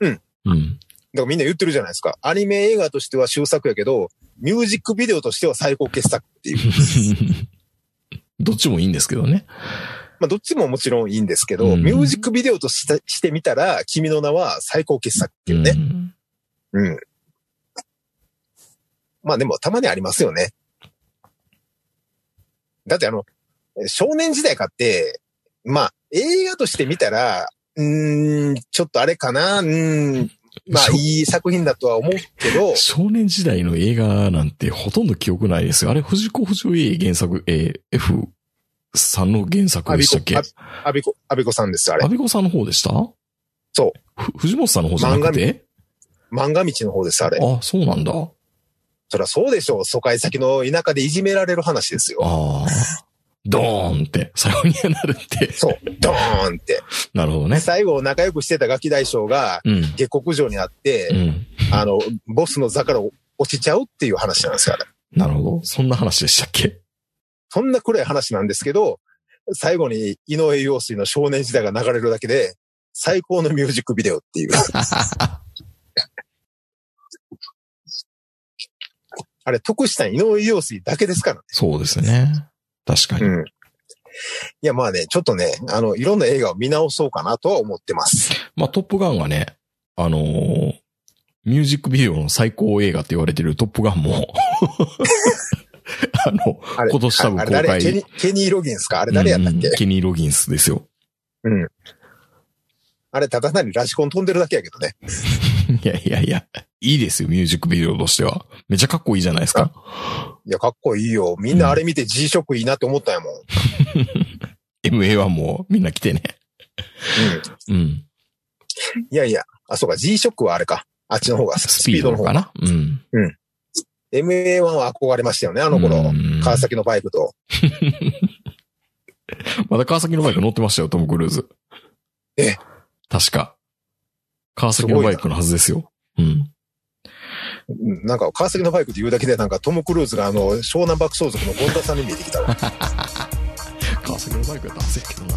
Speaker 4: うん。
Speaker 3: うん。
Speaker 4: らみんな言ってるじゃないですか。アニメ映画としては終作やけど、ミュージックビデオとしては最高傑作っていう。
Speaker 3: どっちもいいんですけどね。
Speaker 4: まあ、どっちももちろんいいんですけど、
Speaker 3: うん
Speaker 4: ミュージックビデオとしてしてみたら、君の名は最高傑作っていうね。
Speaker 3: ん
Speaker 4: うん。まあでも、たまにありますよね。だってあの、少年時代かって、まあ、映画として見たら、うーん、ちょっとあれかな、うーん、 まあ、
Speaker 3: しょ
Speaker 4: いい作品だとは思うけど、
Speaker 3: 少年時代の映画なんてほとんど記憶ないですよ。あれ、藤子不二雄原作、えー F さんの原作
Speaker 4: ア
Speaker 3: で
Speaker 4: ビ
Speaker 3: し
Speaker 4: コ
Speaker 3: たっけ、
Speaker 4: あアビコ、アビコさんです、あれ
Speaker 3: 安。倍子さんの方でした。
Speaker 4: そう
Speaker 3: ふ藤本さんの方じゃなくて
Speaker 4: 漫画道の方です、あれ。
Speaker 3: あ、そうなんだ。
Speaker 4: そりゃそうでしょう。疎開先の田舎でいじめられる話ですよ。
Speaker 3: ああ。ドーンって、最後になるって。
Speaker 4: そう。ドーンって。
Speaker 3: なるほどね。
Speaker 4: 最後、仲良くしてたガキ大将が、
Speaker 3: うん。
Speaker 4: 下克上になって、
Speaker 3: うん。
Speaker 4: あの、ボスの座から落ちちゃうっていう話なんですよ、あれ。
Speaker 3: なるほど。そんな話でしたっけ
Speaker 4: そんな暗い話なんですけど、最後に井上陽水の少年時代が流れるだけで、最高のミュージックビデオって いう。あれ、得したん井上陽水だけですからね。
Speaker 3: そうですね。確かに。
Speaker 4: うん。いや、まあね、ちょっとね、あの、いろんな映画を見直そうかなとは思ってます。
Speaker 3: まあ、トップガンはね、あのーミュージックビデオの最高映画って言われてるトップガ ンも、 あの、
Speaker 4: あれ
Speaker 3: 今年多分
Speaker 4: ああれ
Speaker 3: 公
Speaker 4: 誰
Speaker 3: 開
Speaker 4: ケニーケニー・ロギンスかあれ誰やったっけ、
Speaker 3: うんケニー・ロギンスですよ。
Speaker 4: あれ、ただ単にラジコン飛んでるだけやけどね。
Speaker 3: いやいやいや、いいですよ、ミュージックビデオとしては。めちゃかっこいいじゃないですか。
Speaker 4: いや、かっこいいよ。みんなあれ見て G ショックいいなって思ったん やもん。うん。
Speaker 3: MA はもうみんな来てね。うん。
Speaker 4: いやいや、あ、そうか、G ショックはあれか。あっちの方が、
Speaker 3: ス
Speaker 4: ス
Speaker 3: ピ
Speaker 4: ピ
Speaker 3: ー
Speaker 4: ー
Speaker 3: ド
Speaker 4: ド
Speaker 3: の
Speaker 4: の
Speaker 3: 方
Speaker 4: 方
Speaker 3: か
Speaker 4: が。
Speaker 3: な。うん。
Speaker 4: MA1 は憧れましたよね、あの頃。
Speaker 3: うん
Speaker 4: 川崎のバイクと。
Speaker 3: まだ川崎のバイク乗ってましたよ、トム・クルーズ。
Speaker 4: え
Speaker 3: 確か。川崎のバイクのはずですよ。うん。
Speaker 4: うんなんか、川崎のバイクって言うだけで、なんかトム・クルーズがあの、湘南爆走族の権田さんに見えてきた わ。
Speaker 3: 川崎のバイクは男性やけどな。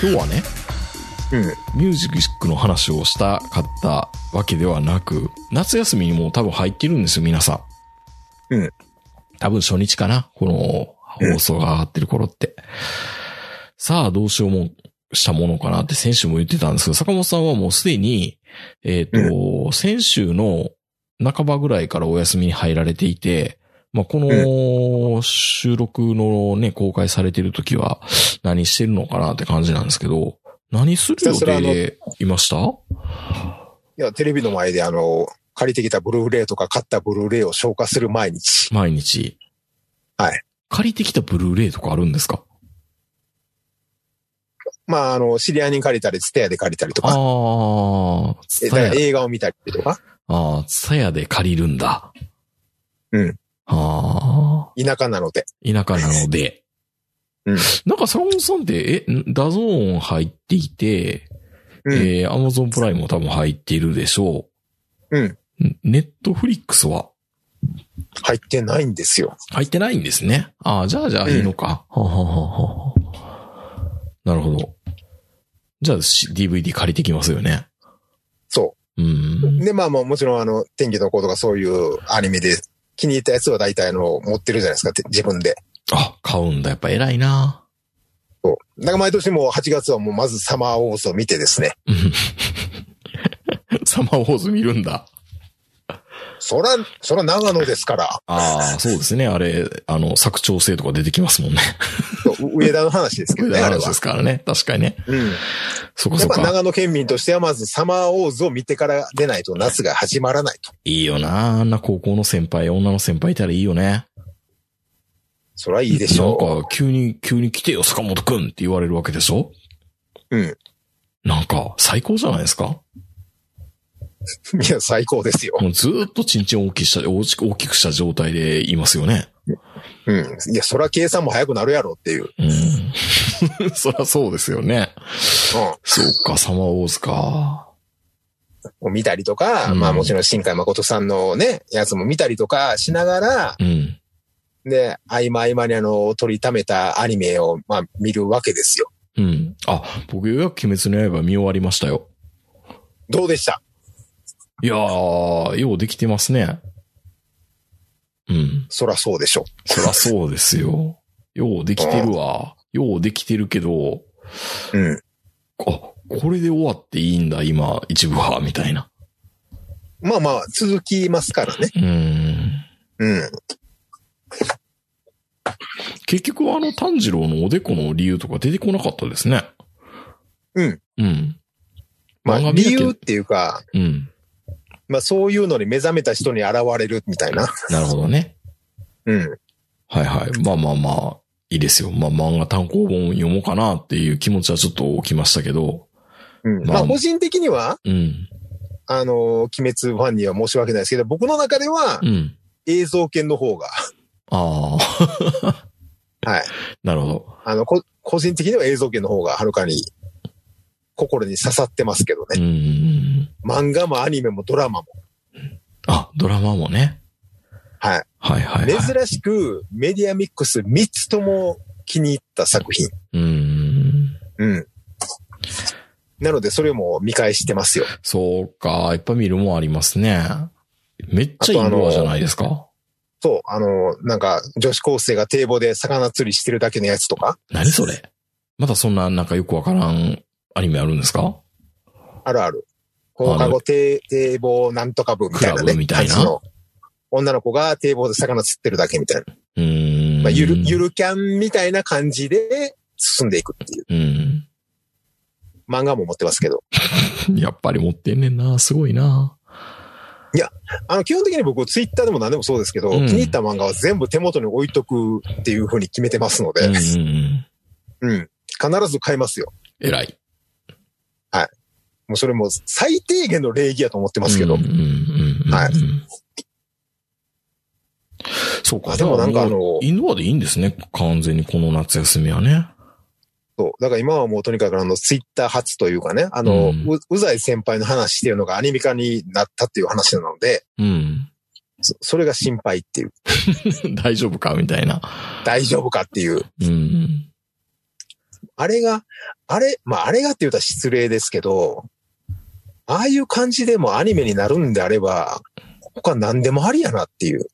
Speaker 3: 今日はね、
Speaker 4: うん。
Speaker 3: ミュージックの話をしたかったわけではなく、夏休みにもう多分入ってるんですよ、皆さん。
Speaker 4: うん。
Speaker 3: 多分初日かなこの放送が上がってる頃って。さあ、どうしようもしたものかなって先週も言ってたんですけど、坂本さんはもうすでに、えっ、と、先週の半ばぐらいからお休みに入られていて、まあ、この収録のね、公開されてる時は何してるのかなって感じなんですけど、何する予定でいました
Speaker 4: いや、テレビの前であの、借りてきたブルーレイとか買ったブルーレイを消化する毎日。
Speaker 3: 毎日。
Speaker 4: はい。
Speaker 3: 借りてきたブルーレイとかあるんですか
Speaker 4: まあ、あの、知り合いに借りたり、ツタヤで借りたりと
Speaker 3: あ
Speaker 4: か、
Speaker 3: あ、
Speaker 4: え
Speaker 3: ツ
Speaker 4: だ
Speaker 3: タ
Speaker 4: か
Speaker 3: ヤ
Speaker 4: ら、映画を見たりとか、
Speaker 3: ああ、ツタヤで借りるんだ。
Speaker 4: うん。
Speaker 3: ああ、
Speaker 4: 田舎なので。
Speaker 3: 田舎なので。
Speaker 4: うん
Speaker 3: なんか坂本さんって、え、んダゾーン入っていて、
Speaker 4: うん。
Speaker 3: えー、アマゾンプライムも多分入っているでしょう。
Speaker 4: うん。
Speaker 3: ネットフリックスは
Speaker 4: 入ってないんですよ。
Speaker 3: 入ってないんですね。ああ、じゃあじゃあいいのか。はあはあはあはあなるほど。じゃあし DVD 借りてきますよね。
Speaker 4: そうう。
Speaker 3: ん。
Speaker 4: で、まあもうもちろんあの、天気の子とかそういうアニメで気に入ったやつは大体あの、持ってるじゃないですか、て自分で。
Speaker 3: あ、買うんだ。やっぱ偉いな。
Speaker 4: そう。だから毎年もう8月はもうまずサマーウォーズを見てですね。
Speaker 3: うんサマーウォーズ見るんだ。
Speaker 4: そら、そら長野ですから、
Speaker 3: ああ、そうですね。あれ、あの、作調整とか出てきま すもんね。
Speaker 4: そう上田の話ですけ
Speaker 3: こ
Speaker 4: ど
Speaker 3: れ
Speaker 4: ね、あれ
Speaker 3: 話で
Speaker 4: は
Speaker 3: す。からね。確かにね。
Speaker 4: うん。
Speaker 3: そこ
Speaker 4: や
Speaker 3: そ
Speaker 4: っぱ
Speaker 3: こ。
Speaker 4: 長野県民としてはまずサマーウォーズを見てから出ないと夏が始まらないと。
Speaker 3: いいよな。あんな高校の先輩、女の先輩いたらいいよね。
Speaker 4: そらいいでしょ
Speaker 3: なんか、急に、急に来てよ、坂本くんって言われるわけでしょ
Speaker 4: う。うん。
Speaker 3: なんか、最高じゃないですか
Speaker 4: いや、最高ですよ。
Speaker 3: もうずーっとチンチン大きくした、大き大きくした状態でいますよね。
Speaker 4: うん。いや、そら計算も早くなるやろっていう。うん。
Speaker 3: うん。 そりゃそうですよね。そうか、サマーウォーズか。
Speaker 4: を見たりとか、
Speaker 3: うん
Speaker 4: まあもちろん新海誠さんのね、やつも見たりとかしながら、
Speaker 3: うん。
Speaker 4: で、合間合間にあの、取りためたアニメを、まあ見るわけですよ。
Speaker 3: うん。あ、僕ようやく鬼滅の刃見終わりましたよ。
Speaker 4: どうでした
Speaker 3: いやー、ようできてますね。うん。
Speaker 4: そらそうでしょ。
Speaker 3: そらそうですよ。ようできてるわ。ようできてるけど、
Speaker 4: うん。
Speaker 3: あ、これで終わっていいんだ、今、一部は、みたいな。
Speaker 4: まあまあ、続きますからね。
Speaker 3: うん。
Speaker 4: うん。
Speaker 3: 結局あの炭治郎のおでこの理由とか出てこなかったですね。
Speaker 4: うん。
Speaker 3: うん。
Speaker 4: ま
Speaker 3: 漫画
Speaker 4: あ、
Speaker 3: 見
Speaker 4: 理
Speaker 3: るけど
Speaker 4: 由っていうか、
Speaker 3: うん。
Speaker 4: まあそういうのに目覚めた人に現れるみたいな。
Speaker 3: なるほどね。
Speaker 4: うん。
Speaker 3: はいはい。まあまあまあ、いいですよ。まあ漫画単行本読もうかなっていう気持ちはちょっと起きましたけど、
Speaker 4: うん。
Speaker 3: ま
Speaker 4: ま
Speaker 3: あ
Speaker 4: あ、個人的には、
Speaker 3: うん。
Speaker 4: あの、鬼滅ファンには申し訳ないですけど、僕の中では
Speaker 3: うん。
Speaker 4: 映像系の方が、
Speaker 3: ああ。
Speaker 4: はい。
Speaker 3: なるほど。
Speaker 4: あの、こ個人的には映像系の方がはるかに心に刺さってますけど
Speaker 3: う
Speaker 4: ね。
Speaker 3: んうんうん。
Speaker 4: 漫画もアニメもドラマも。
Speaker 3: あ、ドラマもね。
Speaker 4: はい。
Speaker 3: はいはいはい。
Speaker 4: 珍しくメディアミックス3つとも気に入った作品。
Speaker 3: うんうんうん。
Speaker 4: うん。なので、それも見返してますよ。
Speaker 3: そうか。やっぱ見るもんありますね。めっちゃいい
Speaker 4: あとあ
Speaker 3: ド
Speaker 4: の
Speaker 3: アじゃないですか。
Speaker 4: そう、あの、なんか、女子高生が堤防で魚釣りしてるだけのやつとか、
Speaker 3: 何それまだそんななんかよくわからんアニメあるんですか
Speaker 4: あるある。放課後堤堤防なんとか部みたいな
Speaker 3: クラ
Speaker 4: ね。
Speaker 3: ブみたいな
Speaker 4: 感じの女の子が堤防で魚釣ってるだけみたいな。
Speaker 3: うーん。
Speaker 4: まあ、ゆる、ゆるキャンみたいな感じで進んでいくっていう。
Speaker 3: うん。
Speaker 4: 漫画も持ってますけど。
Speaker 3: やっぱり持ってんねんな。すごいな。
Speaker 4: あの、基本的に僕、ツイッターでも何でもそうですけど、
Speaker 3: うん
Speaker 4: 気に入った漫画は全部手元に置いとくっていう風に決めてますので、
Speaker 3: う
Speaker 4: うん
Speaker 3: うん
Speaker 4: ん、
Speaker 3: うん。
Speaker 4: 必ず買いますよ。
Speaker 3: 偉い。
Speaker 4: もうそれも最低限の礼儀やと思ってますけど。
Speaker 3: うんうんうんうん
Speaker 4: はい
Speaker 3: そうか。
Speaker 4: あでもなんかあの
Speaker 3: インドアでいいんですね。完全にこの夏休みはね。
Speaker 4: そう。だから今はもうとにかくあの、ツイッター発というかね、あの、
Speaker 3: う
Speaker 4: うんうざい先輩の話っていうのがアニメ化になったっていう話なので、
Speaker 3: うん。
Speaker 4: そそれが心配っていう、
Speaker 3: 大丈夫かみたいな。
Speaker 4: 大丈夫かっていう、
Speaker 3: うん。
Speaker 4: あれが、あれ、まあ、あれがって言うたら失礼ですけど、ああいう感じでもアニメになるんであれば、他何でもありやなっていう。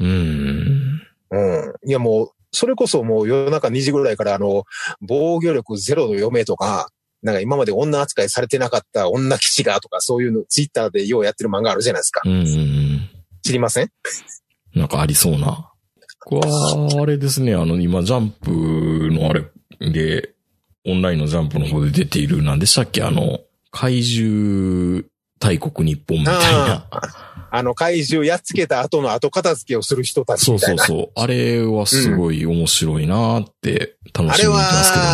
Speaker 3: うん。
Speaker 4: うん。いやもう、それこそもう夜中2時ぐらいからあの、防御力ゼロの嫁とか、なんか今まで女扱いされてなかった女騎士がとかそういうのツイッターでようやってる漫画あるじゃないですか。
Speaker 3: うんうんうん。
Speaker 4: 知りません
Speaker 3: なんかありそうな。僕は、あれですね。あの、今、ジャンプのあれで、オンラインのジャンプの方で出ている、なんでしたっけあの、怪獣大国日本みたいな。
Speaker 4: あの怪獣やっつけた後の後片付けをする人たち
Speaker 3: そう
Speaker 4: みた
Speaker 3: そ
Speaker 4: いうな。
Speaker 3: そう。あれはすごい面白いなーって楽しみに見てますけど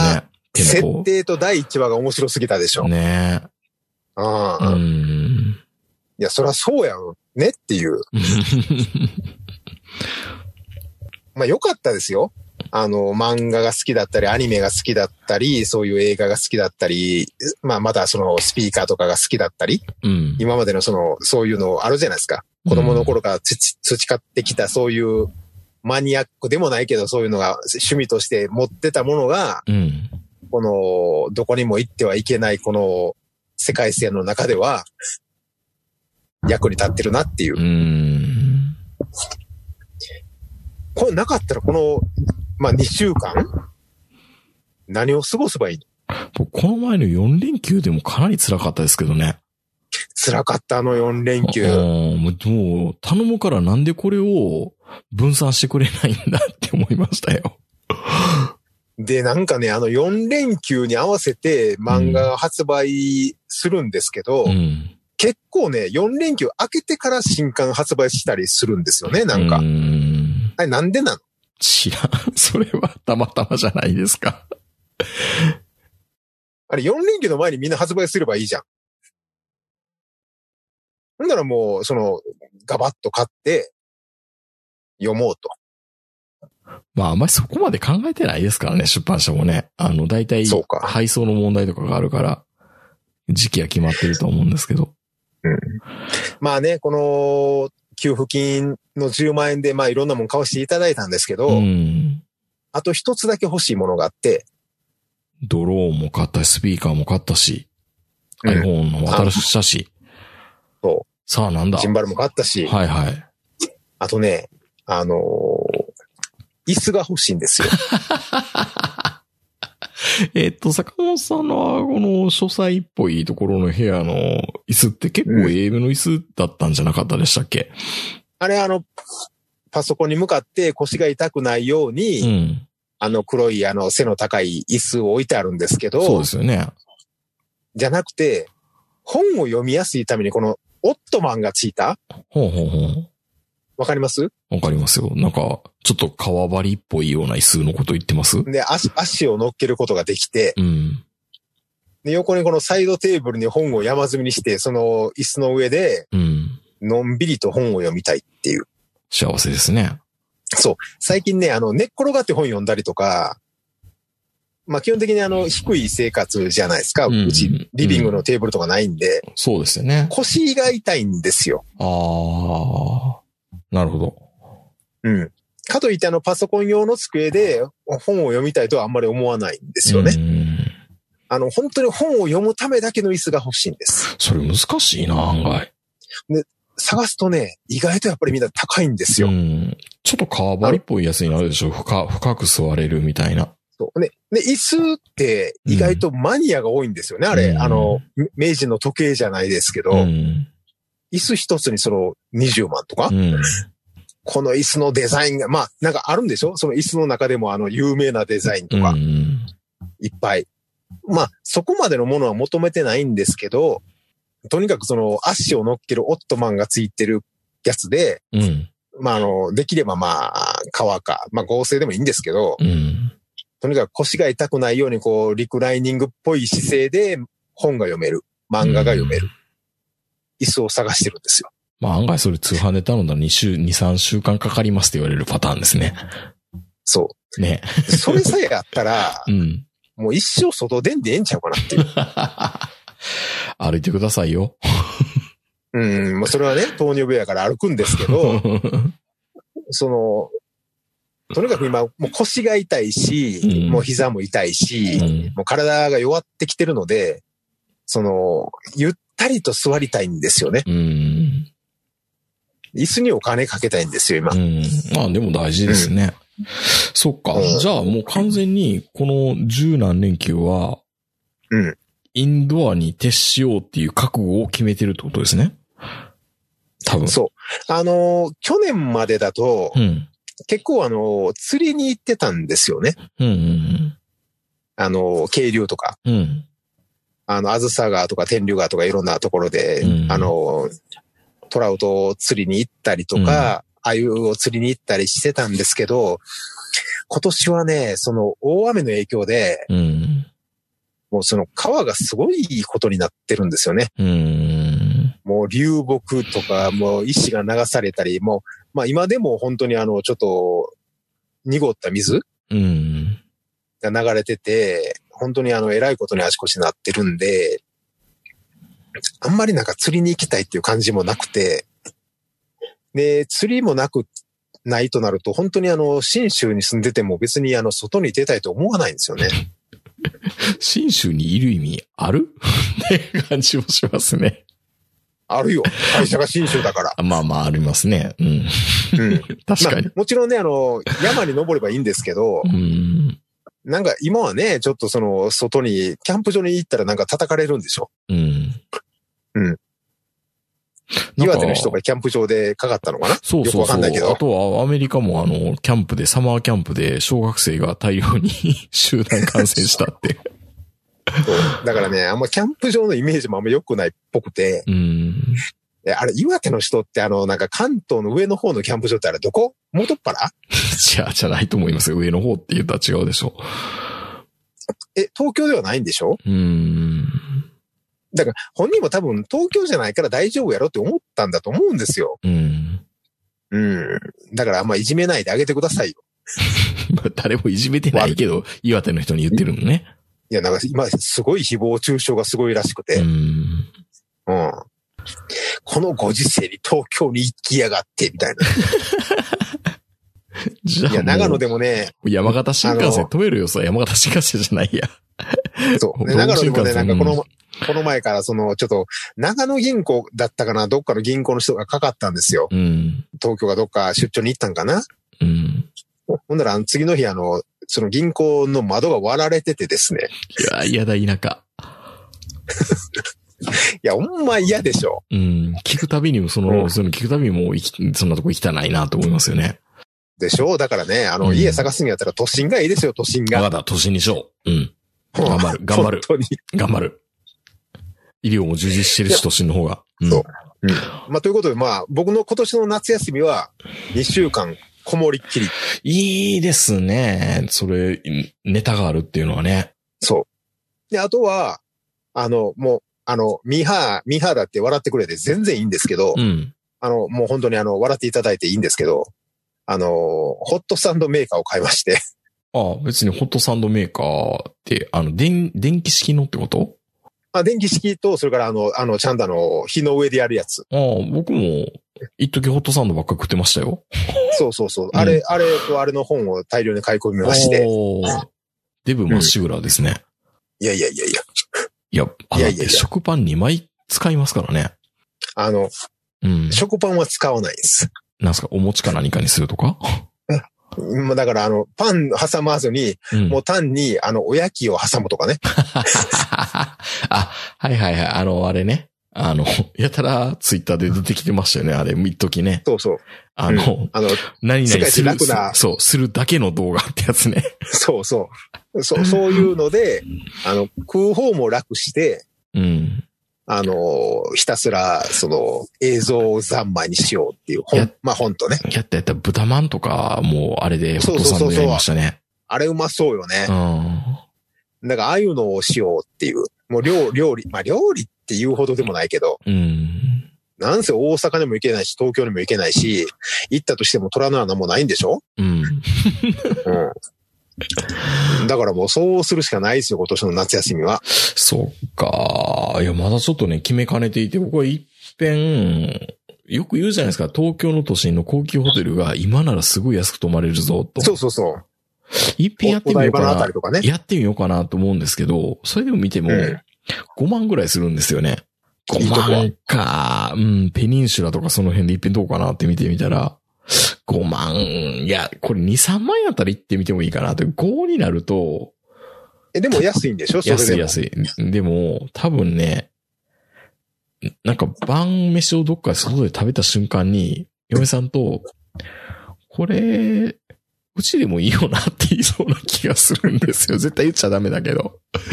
Speaker 4: 設
Speaker 3: ね。手
Speaker 4: 定と第1話が面白すぎたでしょ。
Speaker 3: の子。ね
Speaker 4: あ
Speaker 3: え。う
Speaker 4: あ
Speaker 3: ん。
Speaker 4: いや、そりゃそうやろねっていう。まあよかったですよ。あの、漫画が好きだったり、アニメが好きだったり、そういう映画が好きだったり、まあまたそのスピーカーとかが好きだったり、
Speaker 3: うん。
Speaker 4: 今までのその、そういうのあるじゃないですか。子供の頃からつち培ってきたそういうマニアックでもないけど、そういうのが趣味として持ってたものが、
Speaker 3: うん。
Speaker 4: この、どこにも行ってはいけないこの世界線の中では、役に立ってるなっていう
Speaker 3: う。ん。
Speaker 4: これなかったらこの、まあ2週間何を過ごせばいいの
Speaker 3: 僕、この前の4連休でもかなり辛かったですけどね。
Speaker 4: 辛かったあの4連休。
Speaker 3: うんもう、もう頼むからなんでこれを分散してくれないんだって思いましたよ。
Speaker 4: で、なんかね、あの4連休に合わせて漫画が発売するんですけど、
Speaker 3: うん。
Speaker 4: 結構ね、4連休明けてから新刊発売したりするんですよね、なんか。
Speaker 3: うん
Speaker 4: あれなんでなの
Speaker 3: 知らん。それはたまたまじゃないですか。
Speaker 4: あれ4連休の前にみんな発売すればいいじゃん。ほんならもう、その、ガバッと買って、読もうと。
Speaker 3: まあ、あんまりそこまで考えてないですからね、出版社もね。あの、大体、
Speaker 4: そうか
Speaker 3: 配送の問題とかがあるから、時期は決まってると思うんですけど。
Speaker 4: まあね、この給付金の10万円で、まあいろんなもん買わせていただいたんですけど、
Speaker 3: うん。
Speaker 4: あと一つだけ欲しいものがあって、
Speaker 3: ドローンも買ったし、スピーカーも買ったし、
Speaker 4: うん
Speaker 3: iPhone のも新しくしたし。
Speaker 4: そ
Speaker 3: さあ、なんだ
Speaker 4: ジンバルも買ったし、
Speaker 3: はいはい。
Speaker 4: あとね、あのー椅子が欲しいんですよ。
Speaker 3: えっと、坂本さんのこの書斎っぽいところの部屋の椅子って結構英語の椅子だったんじゃなかったでしたっけ
Speaker 4: あれ、あの、パソコンに向かって腰が痛くないように、
Speaker 3: うん。
Speaker 4: あの黒い、あの背の高い椅子を置いてあるんですけ
Speaker 3: そう
Speaker 4: ど
Speaker 3: で、すよね。
Speaker 4: じゃなくて、本を読みやすいためにこのオットマンがついた
Speaker 3: ほうほうほう。
Speaker 4: わかります
Speaker 3: わかりますよ。なんか、ちょっと川張りっぽいような椅子のこと言ってます
Speaker 4: で足、足を乗っけることができて、
Speaker 3: うん。
Speaker 4: で、横にこのサイドテーブルに本を山積みにして、その椅子の上で、
Speaker 3: うん。
Speaker 4: のんびりと本を読みたいっていう。
Speaker 3: 幸せですね。
Speaker 4: 最近ね、あの、寝っ転がって本読んだりとか、まあ基本的にあの、低い生活じゃないですか。
Speaker 3: うん
Speaker 4: うち、リビングのテーブルとかないんで、
Speaker 3: そうですよね。
Speaker 4: 腰が痛いんですよ。
Speaker 3: ああ。なるほど。
Speaker 4: うん。かといってあの、パソコン用の机で本を読みたいとはあんまり思わないんですよね。
Speaker 3: うん
Speaker 4: あの、本当に本を読むためだけの椅子が欲しいんです。
Speaker 3: それ難しいな、案外。
Speaker 4: 探すとね、意外とやっぱりみんな高いんですよ。
Speaker 3: うん。ちょっとカーバリっぽいやつになるでしょ深、深く座れるみたいな。
Speaker 4: そうね、で、椅子って意外とマニアが多いんですよね。あれ、
Speaker 3: うん
Speaker 4: あの、め明治の時計じゃないですけど、
Speaker 3: うん。
Speaker 4: 椅子一つにその20万とか、
Speaker 3: うん。
Speaker 4: この椅子のデザインが、まあ、なんかあるんでしょその椅子の中でもあの、有名なデザインと
Speaker 3: う
Speaker 4: か、
Speaker 3: ん。
Speaker 4: いっぱい。まあ、そこまでのものは求めてないんですけど、とにかくその足を乗っけるオットマンがついてるやつで、
Speaker 3: うん。
Speaker 4: まあ、あの、できればまあ、革か、まあ合成でもいいんですけど、
Speaker 3: うん。
Speaker 4: とにかく腰が痛くないように、こう、リクライニングっぽい姿勢で本が読める。漫画が読める。椅子を探してるんですよ。
Speaker 3: まあ案外それ通販で頼んだら2週、2、3週間かかりますって言われるパターンですね。
Speaker 4: そ
Speaker 3: ね。
Speaker 4: う。それさえあったら
Speaker 3: う、ん。
Speaker 4: もう一生外出んでええんちゃうかなっていう。
Speaker 3: 歩いてくださいよ。
Speaker 4: うん、もうそれはね、糖尿病やから歩くんですけ ど、
Speaker 3: う
Speaker 4: その、とにかく 今、もう腰が痛いし、
Speaker 3: うん
Speaker 4: もう膝も痛いし、
Speaker 3: ん。
Speaker 4: もう体が弱ってきてるので、その、ゆったりと座りたいんですよね。
Speaker 3: うん。
Speaker 4: 椅子にお金かけたいんですよ、今
Speaker 3: う。ん。まあでも大事ですね。そっか
Speaker 4: うん。
Speaker 3: じゃあもう完全にこの十何連休は、
Speaker 4: うん
Speaker 3: インドアに徹しようっていう覚悟を決めてるってことですね。多分。
Speaker 4: そう。あの、去年までだと、
Speaker 3: うん。
Speaker 4: 結構あの、釣りに行ってたんですよね。
Speaker 3: うん。うん
Speaker 4: あの、渓流とか、
Speaker 3: うん。うん。
Speaker 4: あの、あずさ川とか天竜川とかいろんなところで、
Speaker 3: うん
Speaker 4: あの、トラウトを釣りに行ったりとか、アユを釣りに行ったりしてたんですけど、今年はね、その大雨の影響で、
Speaker 3: うん。
Speaker 4: もうその川がすごいことになってるんですよね。
Speaker 3: うん。
Speaker 4: もう流木とか、もう石が流されたり、もう、まあ今でも本当にあの、ちょっと、濁った水
Speaker 3: うん。
Speaker 4: が流れてて、本当にあの、えらいことにあちこちなってるんで、あんまりなんか釣りに行きたいっていう感じもなくて、で、釣りもなく、ないとなると、本当にあの、新州に住んでても別にあの、外に出たいと思わないんですよね。
Speaker 3: 信州にいる意味あるって感じもしますね。
Speaker 4: あるよ。会社が新州だから。
Speaker 3: まあまあありますね。うん。
Speaker 4: うん。
Speaker 3: 確
Speaker 4: まあ
Speaker 3: かに。、
Speaker 4: もちろんね、あの、山に登ればいいんですけど
Speaker 3: う、ん。
Speaker 4: なんか今はね、ちょっとその、外に、キャンプ場に行ったらなんか叩かれるんでしょ
Speaker 3: うん。
Speaker 4: うん。
Speaker 3: なんか
Speaker 4: 岩手の人がキャンプ場でかかったのかな
Speaker 3: そう
Speaker 4: よく
Speaker 3: そう
Speaker 4: わ
Speaker 3: そ
Speaker 4: か
Speaker 3: う。
Speaker 4: んないけど
Speaker 3: あとはアメリカもあの、キャンプで、サマーキャンプで小学生が大量に 集団感染したって。
Speaker 4: そうだからね、あんまキャンプ場のイメージもあんま良くないっぽくて、
Speaker 3: うん。
Speaker 4: えあれ、岩手の人ってあの、なんか関東の上の方のキャンプ場ってあれどこ元っ腹
Speaker 3: じゃあ、じゃないと思いますよ。上の方って言ったら違うでしょ
Speaker 4: え、東京ではないんでしょ
Speaker 3: う。うん。
Speaker 4: だから本人も多分東京じゃないから大丈夫やろって思ったんだと思うんですよ。
Speaker 3: うん。
Speaker 4: うん。だからあんまいじめないであげてくださいよ。
Speaker 3: まあ誰もいじめてないけど、岩手の人に言ってるのね。
Speaker 4: いや、なんか今すごい誹謗中傷がすごいらしく
Speaker 3: う
Speaker 4: て、
Speaker 3: ん。
Speaker 4: うん。このご時世に東京に行きやがって、みたいな。
Speaker 3: じゃあ、
Speaker 4: いや、長野でもね、
Speaker 3: 山形新幹線
Speaker 4: あの
Speaker 3: 止めるよ、さ、山形新幹線じゃないや。
Speaker 4: そう。
Speaker 3: どう
Speaker 4: で長野でもね、
Speaker 3: 新
Speaker 4: なん
Speaker 3: 幹線
Speaker 4: かこ
Speaker 3: うん
Speaker 4: の、この前からその、ちょっと、長野銀行だったかな、どっかの銀行の人がかかったんですよ。
Speaker 3: うん。
Speaker 4: 東京がどっか出張に行ったんかな。
Speaker 3: うん。
Speaker 4: ほんなら、あの次の日、あの、その銀行の窓が割られててですね。
Speaker 3: いや、嫌だ、田舎。
Speaker 4: いや、ほんま嫌でしょ。
Speaker 3: うん。聞くたびに、その、
Speaker 4: うん
Speaker 3: その聞くたびにもういき、そんなとこ汚いなと思いますよね。
Speaker 4: でしょだからね、あ
Speaker 3: う
Speaker 4: の、
Speaker 3: ん
Speaker 4: 家探すにやったら都心がいいですよ、都心
Speaker 3: わか
Speaker 4: が。
Speaker 3: った、年にしよう。うん。頑 張る、頑張る
Speaker 4: 本、当に。
Speaker 3: 頑張る。医療も充実してる
Speaker 4: い
Speaker 3: し、
Speaker 4: や
Speaker 3: 都心の方が。うん
Speaker 4: そうまあ、ということで、まあ、僕の今年の夏休みは、2週間、こもりっきり。
Speaker 3: いいですね。それ、ネタがあるっていうのはね。
Speaker 4: そう。で、あとは、あの、もう、あの、ミーハー、ミーハーだって笑ってくれて全然いいんですけど、
Speaker 3: うん。
Speaker 4: あの、もう本当にあの、笑っていただいていいんですけど、あの、ホットサンドメーカーを買いまして、
Speaker 3: ああ、別にホットサンドメーカーって、あの、電、電気式のってこと
Speaker 4: あ電気式と、それからあの、あの、ちゃんとあの、火の上でやるやつ。
Speaker 3: ああ、僕も、一時ホットサンドばっか食ってましたよ。
Speaker 4: そうそうそう。
Speaker 3: うん
Speaker 4: あれ、あれとあれの本を大量に買い込みまして、
Speaker 3: おーデブまっしぐらですね。
Speaker 4: いやいやいやいや、
Speaker 3: いや、あ
Speaker 4: い
Speaker 3: だ
Speaker 4: や
Speaker 3: っ
Speaker 4: いやい
Speaker 3: て
Speaker 4: や
Speaker 3: 食パン2枚使いますからね。
Speaker 4: あの、
Speaker 3: うん。
Speaker 4: 食パンは使わないです。
Speaker 3: なんすか、お餅か何かにするとか
Speaker 4: もうだからあの、パン挟まずに、
Speaker 3: うん。
Speaker 4: もう単にあの、おやきを挟むとかね。
Speaker 3: あ、はいはいはい。あの、あれね。あの、やたらツイッターで出てきてましたよね。あれ、一時ね。
Speaker 4: そうそう。
Speaker 3: あの、
Speaker 4: あの、
Speaker 3: 何々する
Speaker 4: 世界一楽な
Speaker 3: そう、するだけの動画ってやつね。
Speaker 4: そうそう。そう、そういうので、あの、食う方も楽して、
Speaker 3: うん。
Speaker 4: あの、ひたすら、その、映像三昧にしようっていう、
Speaker 3: い
Speaker 4: 本
Speaker 3: や、
Speaker 4: まあ本とね。
Speaker 3: やったやった、豚まんとか、もうあれでホットサンドやりましたね。
Speaker 4: あれうまそうよね
Speaker 3: う。ん。
Speaker 4: だから、ああいうのをしようっていう。もう料料理、まあ料理っていうほどでもないけど、
Speaker 3: うん。
Speaker 4: なんせ大阪にも行けないし、東京にも行けないし、行ったとしても取らな穴もないんでしょ
Speaker 3: うん。
Speaker 4: うん。だからもうそうするしかないですよ、今年の夏休みは。
Speaker 3: そっか。いや、まだちょっとね、決めかねていて、僕は一遍、よく言うじゃないですか、東京の都心の高級ホテルが今ならすごい安く泊まれるぞ、と。
Speaker 4: そうそうそう。
Speaker 3: 一遍やって
Speaker 4: お
Speaker 3: み
Speaker 4: 台
Speaker 3: よう
Speaker 4: 場
Speaker 3: か
Speaker 4: のあた
Speaker 3: な
Speaker 4: り。とかね。
Speaker 3: やってみようかなと思うんですけど、それでも見ても、
Speaker 4: うん
Speaker 3: 5万ぐらいするんですよね。
Speaker 4: いい
Speaker 3: 5
Speaker 4: とこは
Speaker 3: 万か。うん、ペニンシュラとかその辺で一遍どうかなって見てみたら、5万、いや、これ2、3万やったら行ってみてもいいかなって、5になると、
Speaker 4: え、でも安いんでしょそれでも。
Speaker 3: 安い安い。でも、多分ね、なんか晩飯をどっか外で食べた瞬間に、嫁さんと、これ、うちでもいいよなって言いそうな気がするんですよ。絶対言っちゃダメだけど。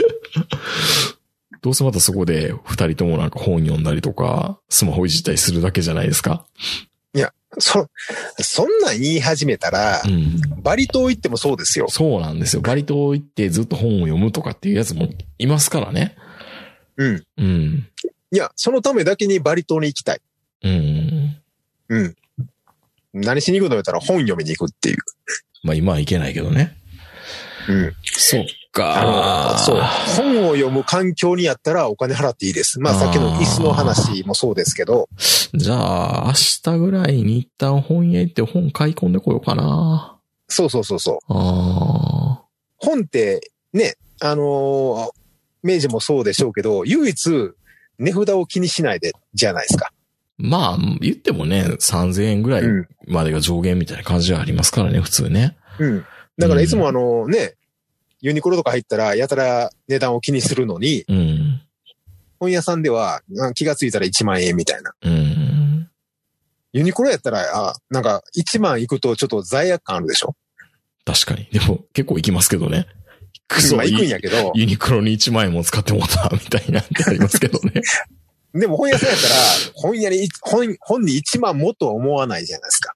Speaker 3: どうせまたそこで二人ともなんか本読んだりとか、スマホいじったりするだけじゃないですか。
Speaker 4: そ、そんなん言い始めたら
Speaker 3: う、ん。
Speaker 4: バリ島行ってもそうですよ。
Speaker 3: そうなんですよ。バリ島行ってずっと本を読むとかっていうやつもいますからね。
Speaker 4: うん。
Speaker 3: うん。
Speaker 4: いや、そのためだけにバリ島に行きたい。
Speaker 3: うん。
Speaker 4: うん。何しに行くの言ったら本読みに行くっていう。
Speaker 3: まあ今はいけないけどね。
Speaker 4: うん。
Speaker 3: そっ
Speaker 4: あの、そう。本を読む環境にやったらお金払っていいです。まあ
Speaker 3: あー
Speaker 4: さっきの椅子の話もそうですけど、
Speaker 3: じゃあ、明日ぐらいに一旦本屋行って本買い込んでこようかな。
Speaker 4: そうそうそうそう。
Speaker 3: あ
Speaker 4: 本って、ね、あのー明治もそうでしょうけど、唯一、値札を気にしないで、じゃないですか。
Speaker 3: まあ、言ってもね、3000円ぐらい
Speaker 4: うん。
Speaker 3: までが上限みたいな感じはありますからね、普通ね。
Speaker 4: うん。だからいつもあのね、ユニクロとか入ったら、やたら値段を気にするのに、
Speaker 3: うん。
Speaker 4: 本屋さんではあ気がついたら1万円みたいな。
Speaker 3: うん。
Speaker 4: ユニクロやったら、あ、なんか1万いくとちょっと罪悪感あるでしょ。
Speaker 3: 確かに。でも、結構行きますけどね。ク
Speaker 4: ま
Speaker 3: ソ
Speaker 4: あ
Speaker 3: い
Speaker 4: 行くん
Speaker 3: い
Speaker 4: やけど、
Speaker 3: ユニクロに1万円も使ってもうた、みたいなんてありますけどね。
Speaker 4: でも本屋さんやったら、本屋にい、本、本に1万もとは思わないじゃないですか。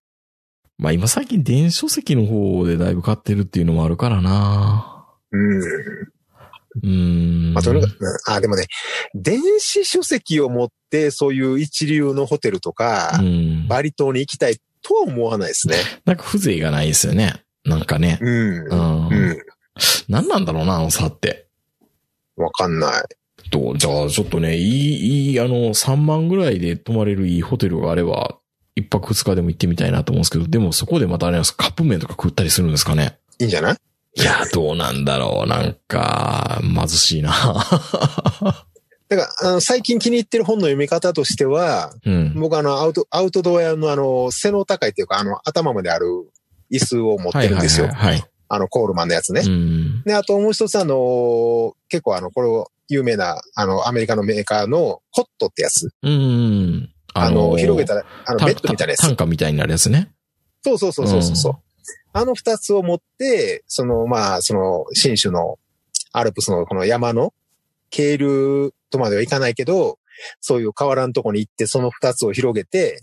Speaker 3: まあ今最近電子書籍の方でだいぶ買ってるっていうのもあるからな。
Speaker 4: うん。
Speaker 3: うん。
Speaker 4: まあ、とにかく、うんあ、でもね、電子書籍を持って、そういう一流のホテルとか、
Speaker 3: うん。
Speaker 4: バリ島に行きたいとは思わないですね。
Speaker 3: なんか風情がないですよね。なんかね。
Speaker 4: うん
Speaker 3: う。ん。
Speaker 4: うん。
Speaker 3: 何なんだろうな、あの差って。
Speaker 4: わかんない。
Speaker 3: と、じゃあちょっとね、いい、いい、あの、3万ぐらいで泊まれるいいホテルがあれば、一泊二日でも行ってみたいなと思うんですけど、でもそこでまたあれなんですかカップ麺とか食ったりするんですかね。
Speaker 4: いいんじゃない
Speaker 3: いや、どうなんだろう。なんか、貧しいな。
Speaker 4: だから、あの、最近気に入ってる本の読み方としては、
Speaker 3: うん。
Speaker 4: 僕あの、アウト、アウトドア用のあの、背の高いっていうか、あの、頭まである椅子を持っ
Speaker 3: は
Speaker 4: て
Speaker 3: い
Speaker 4: るん
Speaker 3: はい
Speaker 4: ですよ。
Speaker 3: はい、はい。
Speaker 4: あの、コールマンのやつね。
Speaker 3: うん。
Speaker 4: で、あともう一つあの、結構あの、これを、有名な、あの、アメリカのメーカーのコットってやつ。
Speaker 3: うん。
Speaker 4: あの、広げたら、あの、ベッドみたいなやつ
Speaker 3: 単。価みたいになるやつね。
Speaker 4: そうそうそうそうそうそう。あの二つを持って、その、まあ、その、新種のアルプスのこの山の、渓流とまではいかないけど、そういう河原のとこに行って、その二つを広げて、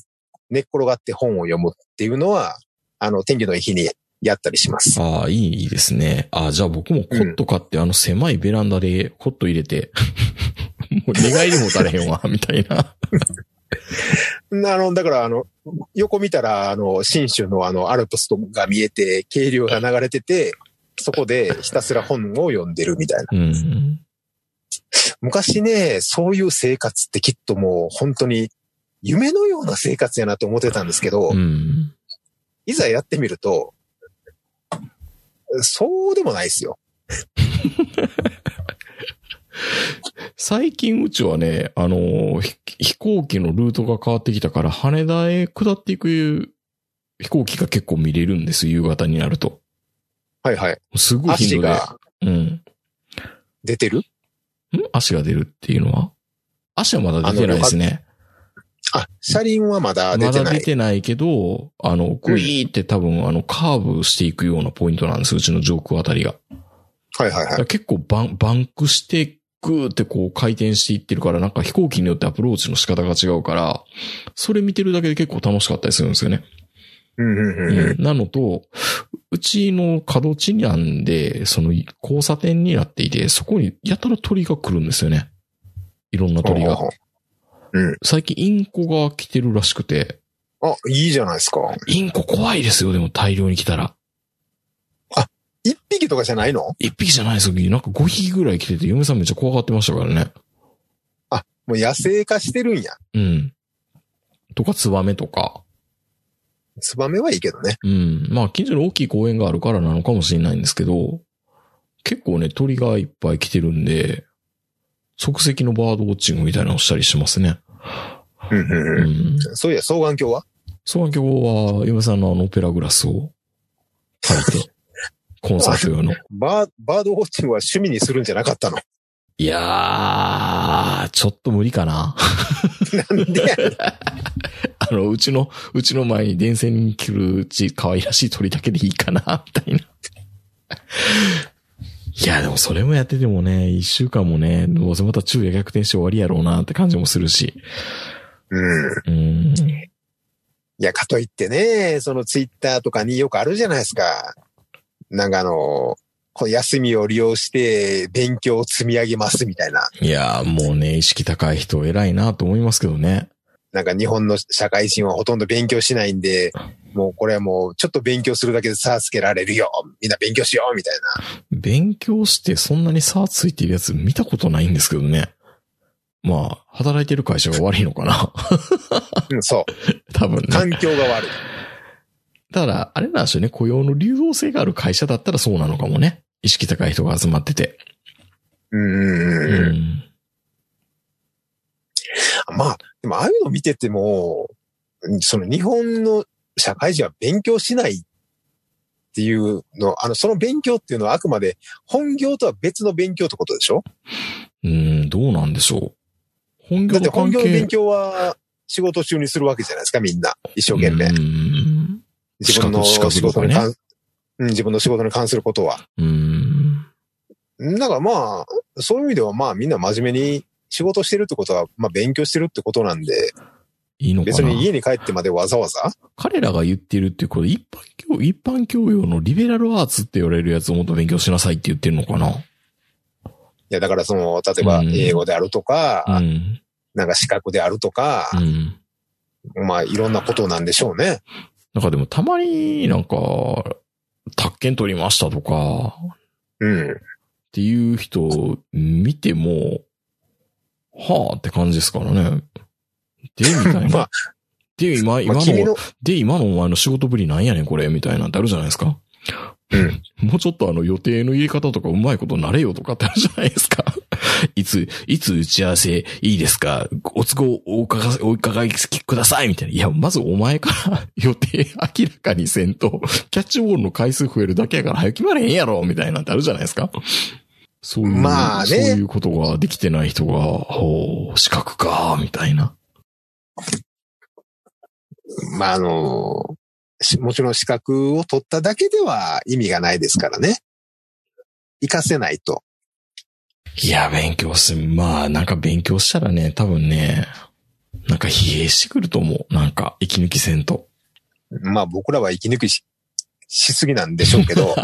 Speaker 4: 寝っ転がって本を読むっていうのは、あの、天気のいい日にやったりします。
Speaker 3: ああ、いいいいですね。ああ、じゃあ僕もコット買って、あの狭いベランダでコット入れて、 もう寝返りもたれへ んわ、みたいな。
Speaker 4: なあの、だから、あの、横見たら、あの、新州のあの、アルプスが見えて、渓流が流れてて、そこでひたすら本を読んでるみたいな。
Speaker 3: うん。
Speaker 4: 昔ね、そういう生活ってきっともう本当に夢のような生活やなって思ってたんですけど、
Speaker 3: うん。
Speaker 4: いざやってみると、そうでもないですよ。
Speaker 3: 最近うちはね、あのーひ飛行機のルートが変わってきたから、羽田へ下っていく飛行機が結構見れるんです、夕方になると。
Speaker 4: はいはい。
Speaker 3: すごい
Speaker 4: 足
Speaker 3: 頻度で。
Speaker 4: が
Speaker 3: うん。ん
Speaker 4: 出てる
Speaker 3: 足が出るっていうのは足はまだ出てないですね。
Speaker 4: あ、車輪はまだ出
Speaker 3: ま
Speaker 4: て
Speaker 3: だ
Speaker 4: な
Speaker 3: 出
Speaker 4: い。
Speaker 3: てないけど、あの、グイーって多分、あの、カーブしていくようなポイントなんです、うちの上空あたりが。
Speaker 4: はいはい
Speaker 3: だ
Speaker 4: は
Speaker 3: か
Speaker 4: い。
Speaker 3: ら結構バンバンクして、グーってこう回転していってるから、なんか飛行機によってアプローチの仕方が違うから、それ見てるだけで結構楽しかったりするんですよね。
Speaker 4: うんうんうんうん。
Speaker 3: なのと、うちの角地なんで、その交差点になっていて、そこにやたら鳥が来るんですよね。いろんな鳥が。最近インコが来てるらしくて、
Speaker 4: あ、いいじゃないですか。
Speaker 3: インコ怖いですよ、でも大量に来たら。
Speaker 4: 一匹とかじゃないの
Speaker 3: 一匹じゃないですよ、なんか5匹ぐらい来てて、嫁さんめっちゃ怖がってましたからね。
Speaker 4: もう野生化してるんや。
Speaker 3: うん。とか、ツバメとか。
Speaker 4: ツバメはいいけどね。
Speaker 3: うん。まあ、近所の大きい公園があるからなのかもしれないんですけど、結構ね、鳥がいっぱい来てるんで、即席のバードウォッチングみたいなのをしたりしますね。
Speaker 4: うんうん
Speaker 3: う
Speaker 4: うん。
Speaker 3: ん。
Speaker 4: そういや、双眼鏡は
Speaker 3: 双眼鏡は、嫁さんのあのオペラグラスを借りて、コンサート用の。
Speaker 4: バー、バードウォッチングは趣味にするんじゃなかったの。
Speaker 3: いやー、ちょっと無理かな。
Speaker 4: なんでやねん
Speaker 3: あの、うちの、うちの前に電線に来るうち可愛らしい鳥だけでいいかな、みたいな。 いや、でもそれもやっててもね、一週間もね、どうせまた昼夜逆転して終わりやろうなって感じもするし。
Speaker 4: うん。
Speaker 3: うん。
Speaker 4: いや、かといってね、そのツイッターとかによくあるじゃないですか。なんかあの、こう休みを利用して勉強を積み上げますみたいな。
Speaker 3: いや、もうね、意識高い人偉いなと思いますけどね。
Speaker 4: なんか日本の社会人はほとんど勉強しないんで、もうこれはもうちょっと勉強するだけで差つけられるよみんな勉強しようみたいな。
Speaker 3: 勉強してそんなに差ついてるやつ見たことないんですけどね。まあ、働いてる会社が悪いのかな
Speaker 4: うん、そ
Speaker 3: 多分ね
Speaker 4: う。。環境が悪い。
Speaker 3: ただ、あれなんですよね、雇用の流動性がある会社だったらそうなのかもね。意識高い人が集まってて。
Speaker 4: うんうん
Speaker 3: う
Speaker 4: うんうん。まあ、でもああいうの見てても、うんその日本の社会人は勉強しないっていうの、あの、その勉強っていうのはあくまで本業とは別の勉強ってことでしょ
Speaker 3: うん、どうなんでしょう。本
Speaker 4: だ
Speaker 3: 業
Speaker 4: って
Speaker 3: と
Speaker 4: 本
Speaker 3: 関
Speaker 4: 業の勉
Speaker 3: 係。
Speaker 4: 強は仕事中にするわけじゃないですか、みんな。一生懸命。
Speaker 3: うん。
Speaker 4: 自分の
Speaker 3: 資
Speaker 4: 仕
Speaker 3: 格資格
Speaker 4: 事
Speaker 3: とか
Speaker 4: に
Speaker 3: ね
Speaker 4: 関、うん、自分の仕事に関することは。
Speaker 3: うん。
Speaker 4: だからまあ、そういう意味ではまあみんな真面目に仕事してるってことは、まあ勉強してるってことなんで、
Speaker 3: いいのか
Speaker 4: 別
Speaker 3: な
Speaker 4: に家に帰ってまでわざわざ
Speaker 3: 彼らが言ってるってこれ一般教、一般教養のリベラルアーツって言われるやつをもっと勉強しなさいって言ってるのかない
Speaker 4: や、だからその、例えば
Speaker 3: うん
Speaker 4: 英語であるとか、
Speaker 3: うん。
Speaker 4: なんか資格であるとか
Speaker 3: う、ん。
Speaker 4: まあいろんなことなんでしょうね。
Speaker 3: なんかでもたまになんか、宅建取りましたとか、
Speaker 4: うん。
Speaker 3: っていう人を見ても、はあって感じですからね。で、みたいな。
Speaker 4: まあ
Speaker 3: で、今、今
Speaker 4: まあ、君
Speaker 3: の、
Speaker 4: の、
Speaker 3: で、今のお前の仕事ぶりなんやねん、これ、みたいなんてあるじゃないですか。
Speaker 4: うん。
Speaker 3: もうちょっとあの予定の入れ方とかうまいことなれよとかってあるじゃないですか。 いつ、いつ打ち合わせいいですかお都合お伺い、お伺いくださいみたいな。いや、まずお前から予定明らかにせんと、キャッチボールの回数増えるだけやから早く決まれへんやろみたいなんてあるじゃないですか。そういう、
Speaker 4: まあね
Speaker 3: そういうことができてない人が、ほう、資格か、みたいな。
Speaker 4: まああの、しもちろん資格を取っただけでは意味がないですからね。活かせないと。
Speaker 3: いや、勉強す、まあ、なんか勉強したらね、多分ね、なんか疲弊してくると思う。なんか、息抜きせんと。
Speaker 4: まあ僕らは息抜きし、しすぎなんでしょうけ ど、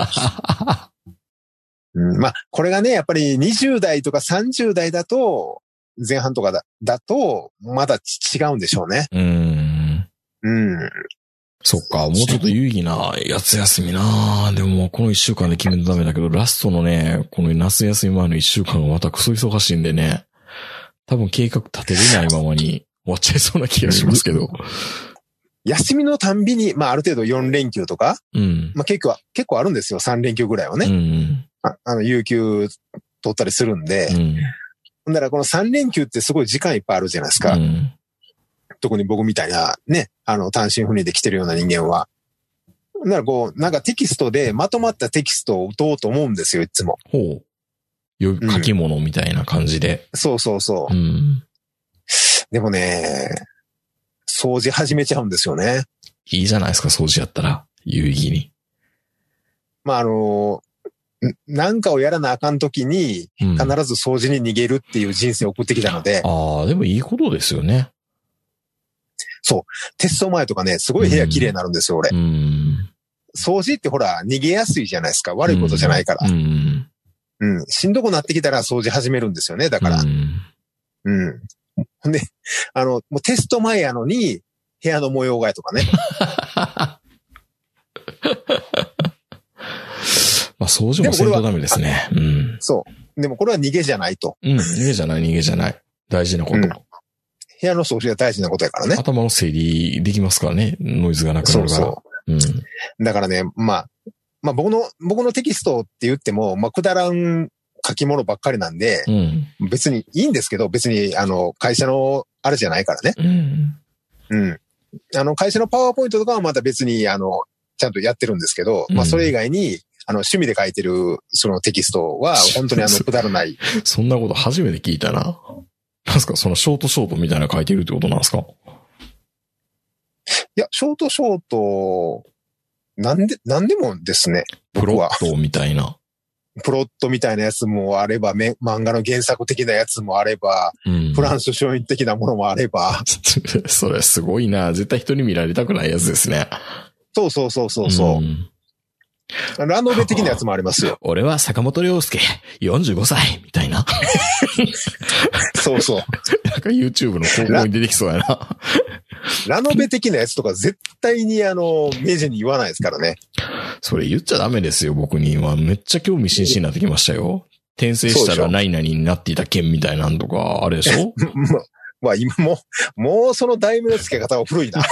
Speaker 4: うんまあこれがね、やっぱり20代とか30代だと、前半とかだだと、まだ違うんでしょうね。
Speaker 3: うーん。
Speaker 4: うん。
Speaker 3: そっか、もうちょっと有意義な夏休みなでもこの一週間で決めるとダメだけど、ラストのね、この夏休み前の一週間がまたクソ忙しいんでね、多分計画立てれないままに終わっちゃいそうな気がしますけど。
Speaker 4: 休みのたんびに、まあある程度4連休とか、
Speaker 3: うん。
Speaker 4: まあ結構は、結構あるんですよ。3連休ぐらいはね。
Speaker 3: うん。
Speaker 4: ああの、有給取ったりするんで。
Speaker 3: うん。
Speaker 4: ほんだらこの3連休ってすごい時間いっぱいあるじゃないですか。
Speaker 3: うん。
Speaker 4: 特に僕みたいな、ね、あの、単身赴任で来てるような人間は。ほんならこう、なんかテキストで、まとまったテキストを打とうと思うんですよ、いつも。
Speaker 3: ほう。
Speaker 4: う
Speaker 3: よ、
Speaker 4: ん
Speaker 3: 書き物みたいな感じで。
Speaker 4: そうそうそうう。
Speaker 3: ん。
Speaker 4: でもね、掃除始めちゃうんですよね。
Speaker 3: いいじゃないですか、掃除やったら。有意義に。
Speaker 4: まあ、あの、んなんかをやらなあかんときに、
Speaker 3: うん。
Speaker 4: 必
Speaker 3: あ
Speaker 4: ず掃除に逃げるっていう人生を送ってきたので、
Speaker 3: あ、でもいいことですよね。
Speaker 4: テスト前とかね、すごい部屋綺麗になるんですよ、俺
Speaker 3: う。ん。
Speaker 4: 掃除ってほら、逃げやすいじゃないですか。悪いことじゃないから
Speaker 3: う。ん。
Speaker 4: うん。しんどくなってきたら掃除始めるんですよね、だから
Speaker 3: う。ん。
Speaker 4: うん。ほんで、あの、もうテスト前やのに、部屋の模様替えと かね。
Speaker 3: まあ、掃除もせんとダメですね。うん。
Speaker 4: そう。でもこれは逃げじゃないと。
Speaker 3: うん。逃げじゃない、逃げじゃない。大事なこと。
Speaker 4: うん部屋の掃除が大事なことやからね。
Speaker 3: 頭の整理できますからね。ノイズがなくな
Speaker 4: そ
Speaker 3: る
Speaker 4: う
Speaker 3: から。
Speaker 4: そう
Speaker 3: うん。
Speaker 4: う。だからね、まあ、まあ僕の、僕のテキストって言っても、まあくだらん書き物ばっかりなんで、
Speaker 3: うん。
Speaker 4: 別にいいんですけど、別に、あの、会社の、あれじゃないからね。
Speaker 3: うん。
Speaker 4: うん。あの、会社のパワーポイントとかはまた別に、あの、ちゃんとやってるんですけど、
Speaker 3: うん
Speaker 4: まあ、それ以外に、あの、趣味で書いてる、そのテキスト は、本当にあの、くだらない。
Speaker 3: そんなこと初めて聞いたな。なんすかそのショートショートみたいなの書いてるってことなんですか
Speaker 4: いや、ショートショート、なんで、なんでもですね。
Speaker 3: プ
Speaker 4: 僕
Speaker 3: ロ
Speaker 4: は
Speaker 3: ットみたいな。
Speaker 4: プロットみたいなやつもあれば、め漫画の原作的なやつもあれば、
Speaker 3: うん。
Speaker 4: フランス商品的なものもあれば、
Speaker 3: それすごいな。絶対人に見られたくないやつですね。
Speaker 4: そうそうそうそうそう、
Speaker 3: ん
Speaker 4: ラノベ的なやつもありますよ。
Speaker 3: 俺は坂本良介、45歳、みたいな。
Speaker 4: そうそう。
Speaker 3: なんか YouTube の広告に出てきそうやな。
Speaker 4: ラノベ的なやつとか絶対にあの、名人に言わないですからね。
Speaker 3: それ言っちゃダメですよ、僕には。めっちゃ興味津々になってきましたよ。転生したら何々になっていた件みたいなんとか、あれでしょ
Speaker 4: まあ まあ今も、もうその題名の付け方は古い な。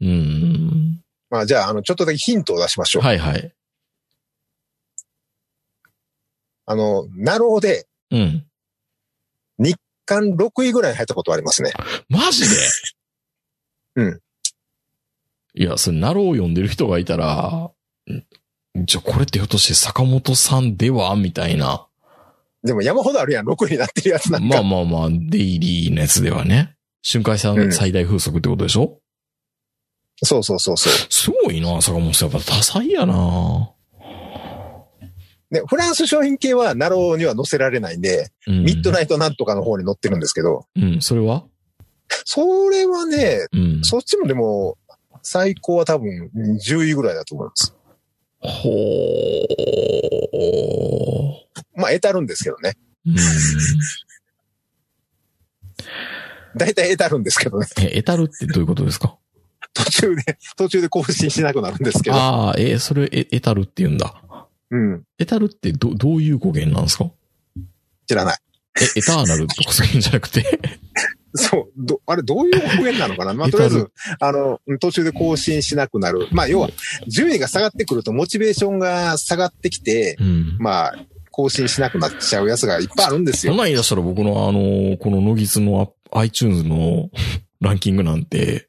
Speaker 3: うん。
Speaker 4: まあじゃあ、あの、ちょっとだけヒントを出しましょう。
Speaker 3: はいはい。
Speaker 4: あの、ナローで、
Speaker 3: うん。
Speaker 4: 間6位ぐらいに入ったことはありますね。
Speaker 3: マジで
Speaker 4: うん。
Speaker 3: いや、それ、ナローを読んでる人がいたら、んじゃあこれってひょっとして坂本さんではみたいな。
Speaker 4: でも山ほどあるやん、6位になってるやつなん
Speaker 3: ま
Speaker 4: か。
Speaker 3: あまあまあ、デイリーのやつではね。瞬間さ
Speaker 4: うんん
Speaker 3: 最大風速ってことでしょ、
Speaker 4: そうそうそうそう。
Speaker 3: すごいな、坂本さん。やっぱ多彩やな。
Speaker 4: で、フランス商品系はナローには載せられないんで、
Speaker 3: うん、
Speaker 4: ミッドナイトなんとかの方に載ってるんですけど、
Speaker 3: うん、それは
Speaker 4: それはね、
Speaker 3: うん。
Speaker 4: そっちもでも、最高は多分10位ぐらいだと思います。
Speaker 3: ほー。
Speaker 4: まあ、得たるんですけどね。
Speaker 3: うん。
Speaker 4: 大体得たるんですけどね。
Speaker 3: え、エタルってどういうことですか
Speaker 4: 途中で、途中で更新しなくなるんですけど。
Speaker 3: ああ、え、それ、え、エタルって言うんだ。
Speaker 4: うん。
Speaker 3: エタルってど、どういう語源なんですか
Speaker 4: 知らない。
Speaker 3: え、エターナルとかそういうんじゃなくて。
Speaker 4: そう。ど、あれ、どういう表現なのかなまあ、
Speaker 3: エ
Speaker 4: とりあ
Speaker 3: タ
Speaker 4: え
Speaker 3: ル
Speaker 4: ず、あの、途中で更新しなくなる。まあ、要は、順位が下がってくると、モチベーションが下がってきて、
Speaker 3: うん。
Speaker 4: まあ、更新しなくなっちゃうやつがいっぱいあるんです
Speaker 3: そん
Speaker 4: よ。
Speaker 3: なん言い出したら僕のあの、このノギツのア iTunes の ランキングなんて、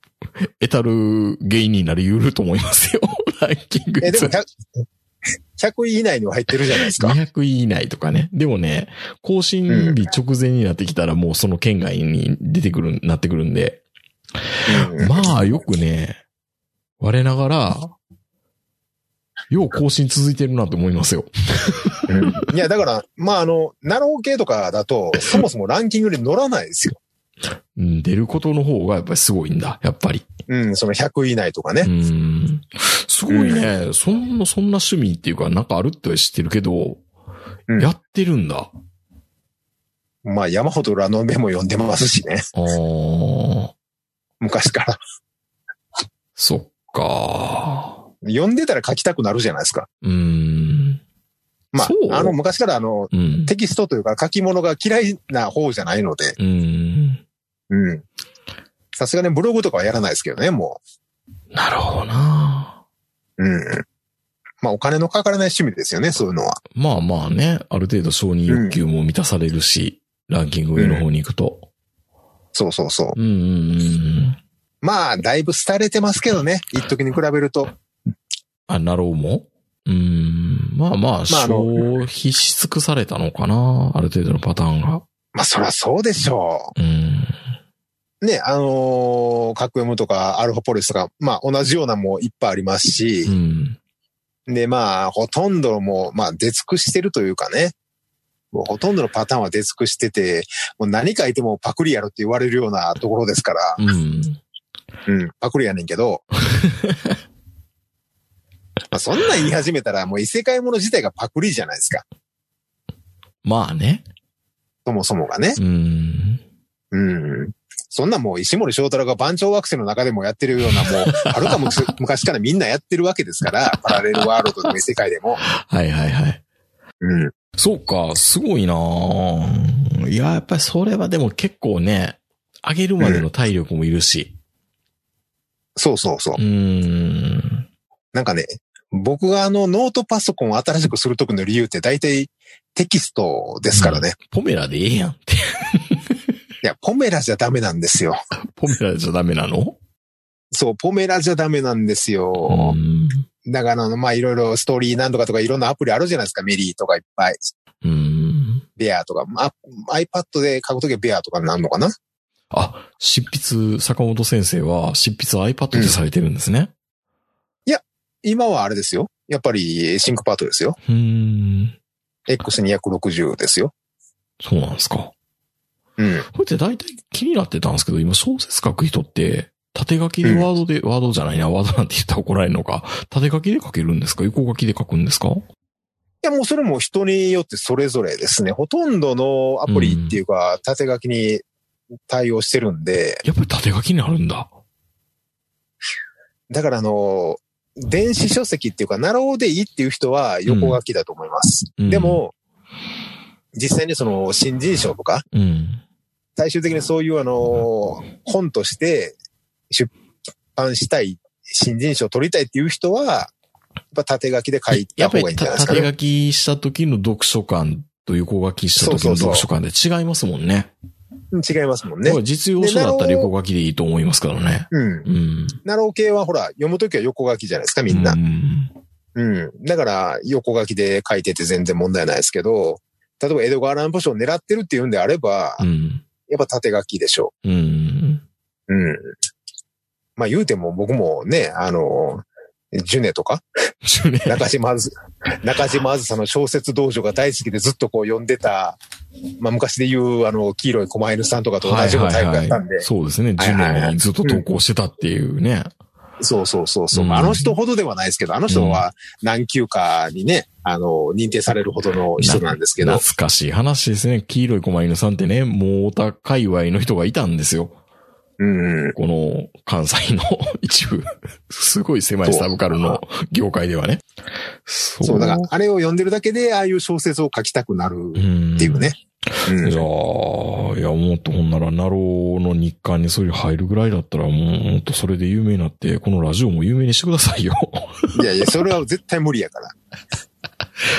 Speaker 3: エタル原因になり得ると思いますよ。 ランキング
Speaker 4: え、でも100、100位以内には入ってるじゃないですか。
Speaker 3: 200位以内とかね。でもね、更新日直前になってきたらもうその県外に出てくる、なってくるんで。
Speaker 4: うん
Speaker 3: まあよくね、我ながら、よう更新続いてるなと思いますよ。
Speaker 4: うんいや、だから、まあ、あの、ナロー系とかだと、そもそもランキングに乗らないですよ。
Speaker 3: うん出ることの方がやっぱりすごいんだ、やっぱり。
Speaker 4: うん、その100位以内とかね
Speaker 3: う。ん。すごいね。そんな、そんな趣味っていうか、なんかあるっては知ってるけど、
Speaker 4: うん
Speaker 3: やってるんだ。
Speaker 4: まあ、山ほどラノベも読んでますしね。
Speaker 3: あー、
Speaker 4: 昔から。
Speaker 3: そっか。
Speaker 4: 読んでたら書きたくなるじゃないですか。
Speaker 3: うーん。
Speaker 4: まあ
Speaker 3: そう、
Speaker 4: あの、昔からあの、
Speaker 3: うん。
Speaker 4: テキストというか書き物が嫌いな方じゃないので、
Speaker 3: うん。
Speaker 4: うん。さすがにブログとかはやらないですけどね、も
Speaker 3: なるほどな。
Speaker 4: う。うん。まあ、お金のかからない趣味ですよね、そういうのは。
Speaker 3: まあまあね、ある程度承認欲求も満たされるし、ランキング上の方に行くと。
Speaker 4: そうそうそう。
Speaker 3: うんうんうんうん。
Speaker 4: まあ、だいぶ廃れてますけどね、一時に比べると。
Speaker 3: あ、なろうもうーん。まあまあ、
Speaker 4: まああの
Speaker 3: 消費し尽くされたのかな。ある程度のパターンが。
Speaker 4: まあ、そらそうでしょ
Speaker 3: うん。
Speaker 4: う。ね、あのー、格読むとか、アルファポリスとか、まあ、同じようなもいっぱいありますし
Speaker 3: う、ん。
Speaker 4: で、まあ、ほとんどもう、まあ、出尽くしてるというかね。もうほとんどのパターンは出尽くしてて、もう何書いてもパクリやろって言われるようなところですから、
Speaker 3: うん。
Speaker 4: うん、パクリやねんけど。まあそんなん言い始めたら、もう異世界もの自体がパクリじゃないですか。
Speaker 3: まあね。
Speaker 4: そもそもがね。
Speaker 3: うん。
Speaker 4: うん。そんなんもう石森章太郎が番長惑星の中でもやってるような、もう、はるかむつ昔からみんなやってるわけですから、パラレルワールドでも異世界でも。
Speaker 3: はいはいはい。
Speaker 4: うん。
Speaker 3: そうか、すごいなあいや、やっぱりそれはでも結構ね、上げるまでの体力もいるし。
Speaker 4: そうそうそう
Speaker 3: う。ーん。
Speaker 4: なんかね、僕があのノートパソコンを新しくするときの理由って大体テキストですからね。
Speaker 3: ポメラでええやんって。
Speaker 4: いや、ポメラじゃダメなんですよ。
Speaker 3: ポメラじゃダメなの
Speaker 4: そう、ポメラじゃダメなんですよ
Speaker 3: う。ん。
Speaker 4: だからあの、まあ、いろいろストーリーなんとかとかいろんなアプリあるじゃないですか。メリーとかいっぱい。
Speaker 3: うん。
Speaker 4: ベアとか。まあ、iPad で書くときはベアとかになるのかな
Speaker 3: あ、執筆、坂本先生は執筆 iPad でされてるんですね。
Speaker 4: 今はあれですよ。やっぱり、シンクパートですよ。
Speaker 3: うーん。
Speaker 4: X260 ですよ。
Speaker 3: そうなんですか。
Speaker 4: うん。
Speaker 3: これって大体気になってたんですけど、今小説書く人って、縦書きでワードで、ワードじゃないな、ワードなんて言ったら怒られるのか、縦書きで書けるんですか横書きで書くんですか
Speaker 4: いや、もうそれも人によってそれぞれですね。ほとんどのアプリっていうか、縦書きに対応してるんで、
Speaker 3: やっぱり縦書きになるんだ。
Speaker 4: だからあの、電子書籍っていうか、ナローでいいっていう人は横書きだと思います。
Speaker 3: うん
Speaker 4: でも、実際にその新人賞とか、
Speaker 3: うん。
Speaker 4: 最終的にそういうあの、本として出版したい、新人賞取りたいっていう人は、やっぱ縦書きで書い
Speaker 3: や
Speaker 4: た
Speaker 3: っぱ
Speaker 4: 方がいい
Speaker 3: り
Speaker 4: んじゃな
Speaker 3: た
Speaker 4: いですか
Speaker 3: 縦
Speaker 4: ね。
Speaker 3: 書きした時の読書感と横書きした時
Speaker 4: そ
Speaker 3: の
Speaker 4: うそうそう
Speaker 3: 読書感で違いますもんね。
Speaker 4: 違いますもん
Speaker 3: だ
Speaker 4: ね
Speaker 3: か。ら実用書だったら横書きでいいと思いますからね。
Speaker 4: うん。
Speaker 3: うん。
Speaker 4: ナロー系はほら、読むときは横書きじゃないですか、みんな
Speaker 3: う。ん。
Speaker 4: うん。だから、横書きで書いてて全然問題ないですけど、例えば、江戸川乱歩賞を狙ってるっていうんであれば、
Speaker 3: うん。
Speaker 4: やっぱ縦書きでしょ
Speaker 3: うん。
Speaker 4: う。うん。まあ言うても僕もね、あの、ジュネとか、中島あず、中島あずさの小説道場が大好きでずっとこう読んでた、まあ昔で言うあの、黄色い狛犬さんとかと 同じようなタイプだったんで、
Speaker 3: そうですね。
Speaker 4: はいはいはい
Speaker 3: 10年ずっと投稿してたっていうね。
Speaker 4: そうそうそうそう、
Speaker 3: うん
Speaker 4: あの人ほどではないですけど、あの人は何級かにね、あの、認定されるほどの人なんですけど、
Speaker 3: 懐かしい話ですね。黄色い狛犬さんってね、もうオタ界隈の人がいたんですよ。
Speaker 4: うん。
Speaker 3: この関西の 一部、すごい狭いサブカルの業界ではね。そ
Speaker 4: そう、だから、あれを読んでるだけで、ああいう小説を書きたくなる
Speaker 3: ん
Speaker 4: っていうね。うん
Speaker 3: いやー、いや、もっとほんなら、ナローの日刊にそれ入るぐらいだったら、もう、もっとそれで有名になって、このラジオも有名にしてくださいよ。
Speaker 4: いやいや、それは絶対無理やから。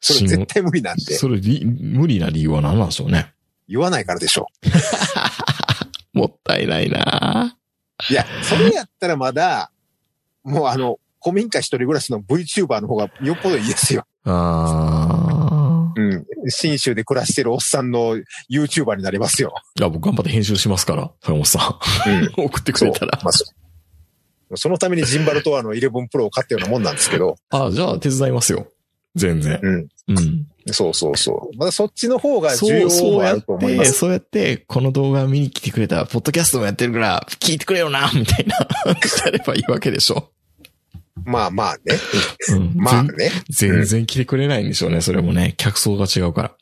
Speaker 4: それ絶対無理なんで、
Speaker 3: それり、無理な理由は何なんでしょうね。
Speaker 4: 言わないからでしょ。
Speaker 3: もったいないない
Speaker 4: や、それやったらまだ、もうあの、古民家一人暮らしの VTuber の方がよっぽどいいですよ。
Speaker 3: ーあ
Speaker 4: うん。新州で暮らしてるおっさんの YouTuber になりますよ。
Speaker 3: ー。いや、僕頑張って編集しますから、坂本さ
Speaker 4: うん。
Speaker 3: ん。 送ってく
Speaker 4: そ
Speaker 3: れ
Speaker 4: う
Speaker 3: たら。。
Speaker 4: まあそそのためにジンバルとあの11プロを買ったようなもんなんですけど、
Speaker 3: あじゃあ手伝いますよ。全然。
Speaker 4: うん。
Speaker 3: うん。
Speaker 4: そうそうそう。まだそっちの方が
Speaker 3: そ
Speaker 4: 重
Speaker 3: う、
Speaker 4: 要
Speaker 3: そう
Speaker 4: もあ
Speaker 3: やっ
Speaker 4: ると思いま
Speaker 3: て、
Speaker 4: す。
Speaker 3: そうやって、この動画見に来てくれた、 ポッドキャストもやってるから、聞いてくれよな、みたいな、したればいいわけでしょ。
Speaker 4: まあまあね。
Speaker 3: うん
Speaker 4: まあね。
Speaker 3: 全然来てくれないんでしょうね、それもね。客層が違うか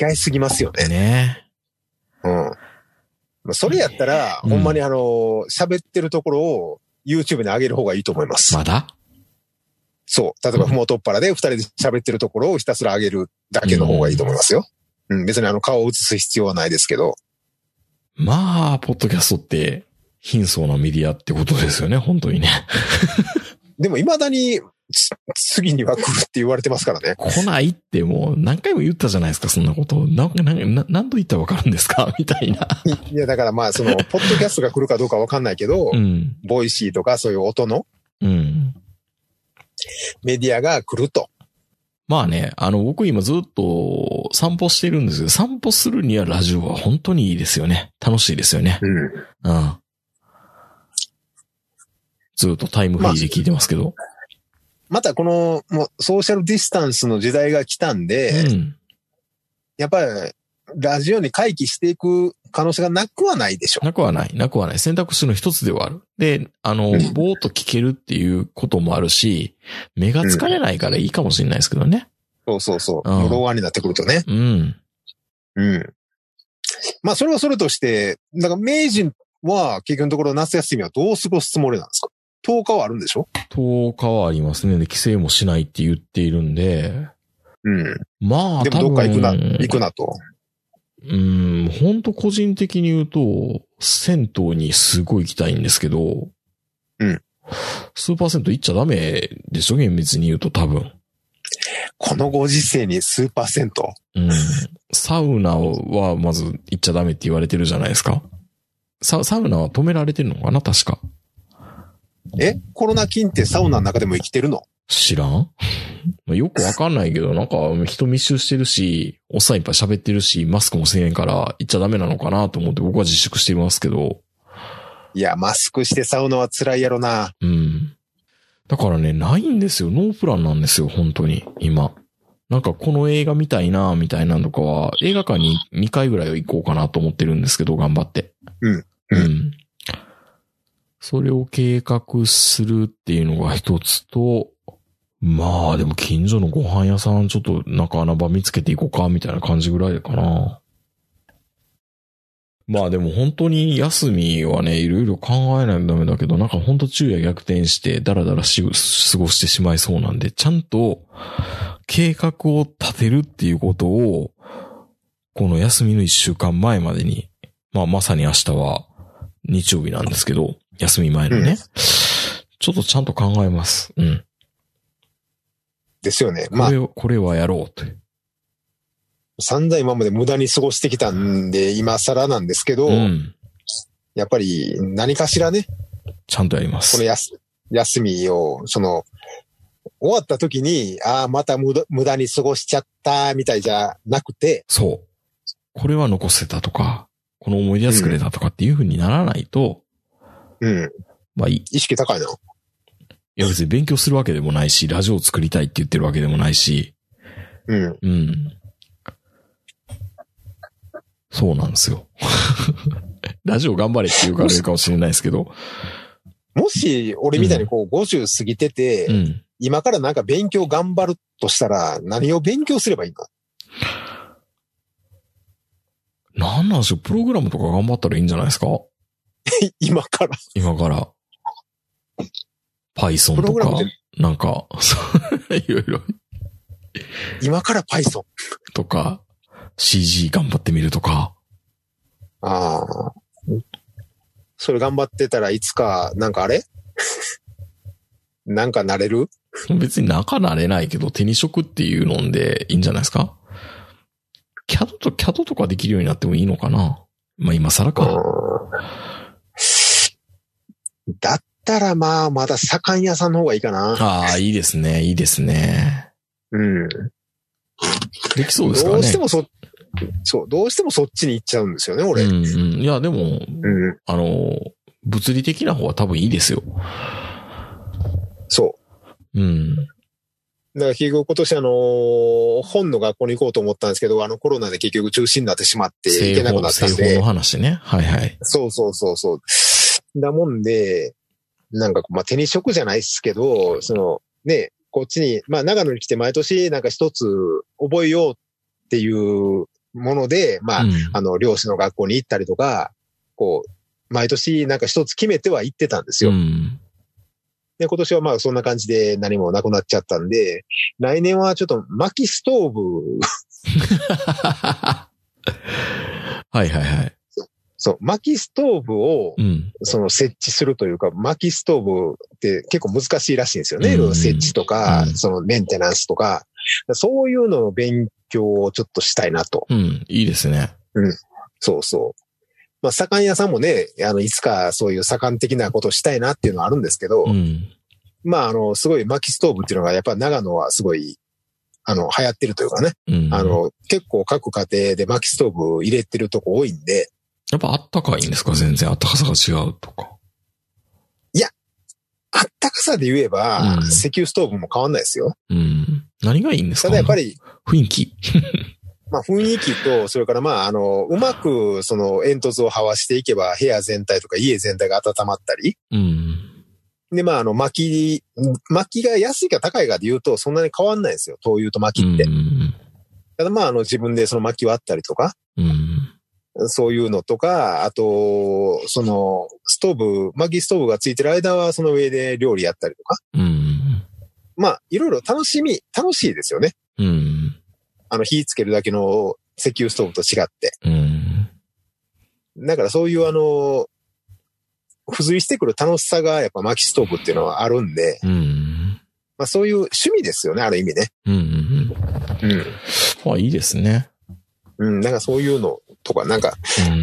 Speaker 4: 違いすぎますよ
Speaker 3: ら。
Speaker 4: ね。
Speaker 3: ね
Speaker 4: うん。まあそれやったら、
Speaker 3: うん
Speaker 4: ほんまにあの、喋ってるところを YouTube に上げる方がいいと思います。
Speaker 3: まだ
Speaker 4: そう。例えば、
Speaker 3: うん
Speaker 4: ふもとっぱらで二人で喋ってるところをひたすら上げるだけの方がいいと思いますよ。うん。別にあの、顔を映す必要はないですけど。
Speaker 3: まあ、ポッドキャストって、貧相なメディアってことですよね、本当にね。
Speaker 4: でも、未だに、つ次には来るって言われてますからね。
Speaker 3: 来ないってもう何回も言ったじゃないですか、そんなこと。な、な、な何度言ったらわかるんですかみたいな。
Speaker 4: いや、だからまあ、その、ポッドキャストが来るかどうかわかんないけど、
Speaker 3: うん。
Speaker 4: ボイシーとかそういう音の
Speaker 3: うん。
Speaker 4: メディアが来ると。
Speaker 3: まあね、あの、僕今ずっと散歩してるんですけど、散歩するにはラジオは本当にいいですよね。楽しいですよね。
Speaker 4: うん。
Speaker 3: うん。ずっとタイムフリーで聞いてますけど。
Speaker 4: またこの、もう、ソーシャルディスタンスの時代が来たんで、
Speaker 3: うん。
Speaker 4: やっぱり、ラジオに回帰していく可能性がなくはないでしょ。
Speaker 3: なくはない。なくはない。選択肢の一つではある。で、あの
Speaker 4: うん、
Speaker 3: ぼーっと聞けるっていうこともあるし、目が疲れないからいいかもしれないですけどね。
Speaker 4: そうそうそう。
Speaker 3: うん
Speaker 4: ローアンになってくるとね。
Speaker 3: うん。
Speaker 4: うん。まあ、それはそれとして、だから名人は結局のところ夏休みはどう過ごすつもりなんですか ?10 日はあるんでしょ
Speaker 3: 10日はありますね。で、規制もしないって言っているんで、
Speaker 4: うん。
Speaker 3: まあ、
Speaker 4: でもどっか行くな、行くなと。
Speaker 3: うん、本当個人的に言うと、銭湯にすごい行きたいんですけど、
Speaker 4: うん。
Speaker 3: スーパー銭湯行っちゃダメでしょ厳密に言うと多分。
Speaker 4: このご時世に数パーセント。
Speaker 3: うん。サウナはまず行っちゃダメって言われてるじゃないですか。ササウナは止められてるのかな確か。
Speaker 4: えコロナ菌ってサウナの中でも生きてるの
Speaker 3: 知らん よくわかんないけど、なんか人密集してるし、おっさんいっぱい喋ってるし、マスクもせえへんから行っちゃダメなのかなと思って僕は自粛してますけど、
Speaker 4: いや、マスクしてサウナは辛いやろな。
Speaker 3: うん。だからね、ないんですよ。ノープランなんですよ、本当に、今。なんかこの映画見たいな、みたいなのとかは、映画館に2回ぐらいは行こうかなと思ってるんですけど、頑張って。
Speaker 4: うん。
Speaker 3: う
Speaker 4: うん
Speaker 3: ん。それを計画するっていうのが一つと、まあでも近所のご飯屋さんちょっと中穴場見つけていこうかみたいな感じぐらいかな。まあでも本当に休みはね、いろいろ考えないとダメだけど、なんか本当昼夜逆転してダラダラし、過ごしてしまいそうなんで、ちゃんと計画を立てるっていうことを、この休みの一週間前までに、まあまさに明日は日曜日なんですけど、休み前のね、
Speaker 4: うん
Speaker 3: ちょっとちゃんと考えます。うん。
Speaker 4: ですよね。ま
Speaker 3: こ
Speaker 4: あ
Speaker 3: れ、を、これはやろうという。
Speaker 4: 散々今まで無駄に過ごしてきたんで、今更なんですけど、
Speaker 3: うん。
Speaker 4: やっぱり何かしらね、
Speaker 3: ちゃんとやりま
Speaker 4: この
Speaker 3: す。
Speaker 4: 休休みを、その、終わった時に、ああ、また無駄無駄に過ごしちゃった、みたいじゃなくて、
Speaker 3: そう。これは残せたとか、この思い出は作れたとかっていう風にならないと、
Speaker 4: うん、
Speaker 3: まあいい。
Speaker 4: 意識高いな。
Speaker 3: いや別に勉強するわけでもないし、ラジオを作りたいって言ってるわけでもないし、
Speaker 4: うん。
Speaker 3: うん。そうなんですよ。 ラジオ頑張れって言うからいいかもしれないですけど、
Speaker 4: もし、俺みたいにこう、50過ぎてて、
Speaker 3: うん。
Speaker 4: 今からなんか勉強頑張るとしたら、何を勉強すればいいの
Speaker 3: なんなんでしょう、プログラムとか頑張ったらいいんじゃないですか
Speaker 4: い今から。
Speaker 3: 今から。Python
Speaker 4: プロ
Speaker 3: と
Speaker 4: グラ
Speaker 3: か
Speaker 4: ムって、
Speaker 3: なんか、 そういろいろ
Speaker 4: 今から Python。
Speaker 3: とか、CG 頑張ってみるとか。
Speaker 4: ああ。それ頑張ってたらいつか、なんかあれ なんかなれる
Speaker 3: 別に仲なれないけど、手に職っていうのんでいいんじゃないですかキャドと、キャドとかできるようになってもいいのかなまあ今更か。
Speaker 4: うんだったらまあ、まだ左官屋さんの方がいいかな。
Speaker 3: ああ、いいですね、いいですね。
Speaker 4: うん。
Speaker 3: できそうですかね。
Speaker 4: どうしてもそ、そう、どうしてもそっちに行っちゃうんですよね、俺。
Speaker 3: う
Speaker 4: うん。
Speaker 3: んうん。いや、でも、あの、物理的な方は多分いいですよ。
Speaker 4: そ
Speaker 3: うん。
Speaker 4: う。だから結局今年あのー本の学校に行こうと思ったんですけど、あのコロナで結局中止になってしまって行け
Speaker 3: 製
Speaker 4: なく
Speaker 3: 法、
Speaker 4: なったん
Speaker 3: 製法
Speaker 4: で
Speaker 3: の。話ね。はいはい。
Speaker 4: そうそうそうそう。だもんで、なんかこう、まあ、手に職じゃないですけど、その、ね、こっちに、まあ、長野に来て毎年なんか一つ覚えようっていうもので、まあ、
Speaker 3: うん
Speaker 4: あの、漁師の学校に行ったりとか、こう、毎年なんか一つ決めては行ってたんですよ。
Speaker 3: うん。
Speaker 4: で、今年はまあそんな感じで何もなくなっちゃったんで、来年はちょっと薪ストーブ、
Speaker 3: はいはいはい。
Speaker 4: そう、薪ストーブを
Speaker 3: うん。
Speaker 4: その設置するというか、薪ストーブって結構難しいらしいんですよね。
Speaker 3: うん
Speaker 4: 設置とか、
Speaker 3: うん
Speaker 4: そのメンテナンスとか、そういうのの勉強をちょっとしたいなと。
Speaker 3: うん。いいですね。
Speaker 4: そうそう。まあ、左官屋さんもね、あの、いつかそういう左官的なことをしたいなっていうのはあるんですけど、
Speaker 3: うん。
Speaker 4: まあ、あの、すごい薪ストーブっていうのが、やっぱ長野はすごい、あの、流行ってるというかね。
Speaker 3: うん。
Speaker 4: あ、の、結構各家庭で薪ストーブ入れてるとこ多いんで、
Speaker 3: やっぱあったかいんですか全然あったかさが違うとか。
Speaker 4: あったかさで言えば、
Speaker 3: うん
Speaker 4: 石油ストーブも変わんないですよ。
Speaker 3: うん。何がいいんですか
Speaker 4: ただやっぱ。り、
Speaker 3: 雰囲気。
Speaker 4: まあ雰囲気と、それからまあ、あの、うまくその煙突を這わしていけば、部屋全体とか家全体が温まったり、
Speaker 3: うん。
Speaker 4: で、まあ、あの、薪、薪が安いか高いかで言うと、そんなに変わんないんですよ。灯油と
Speaker 3: う
Speaker 4: 薪って。
Speaker 3: ん。
Speaker 4: ただまあ、あの、自分でその薪割ったりとか、
Speaker 3: うん。
Speaker 4: そういうのとか、あと、その、ストーブ、薪ストーブがついてる間は、その上で料理やったりとか、
Speaker 3: うん。
Speaker 4: まあ、いろいろ楽しみ、楽しいですよね。
Speaker 3: うん。
Speaker 4: あの、火つけるだけの石油ストーブと違って。
Speaker 3: うん。
Speaker 4: だからそういうあの、付随してくる楽しさがやっぱ薪ストーブっていうのはあるんで、
Speaker 3: うん。
Speaker 4: まあそういう趣味ですよね、ある意味ね。
Speaker 3: うん。まあいいですね。
Speaker 4: うん。うん、なんかそういうのとか、なんか、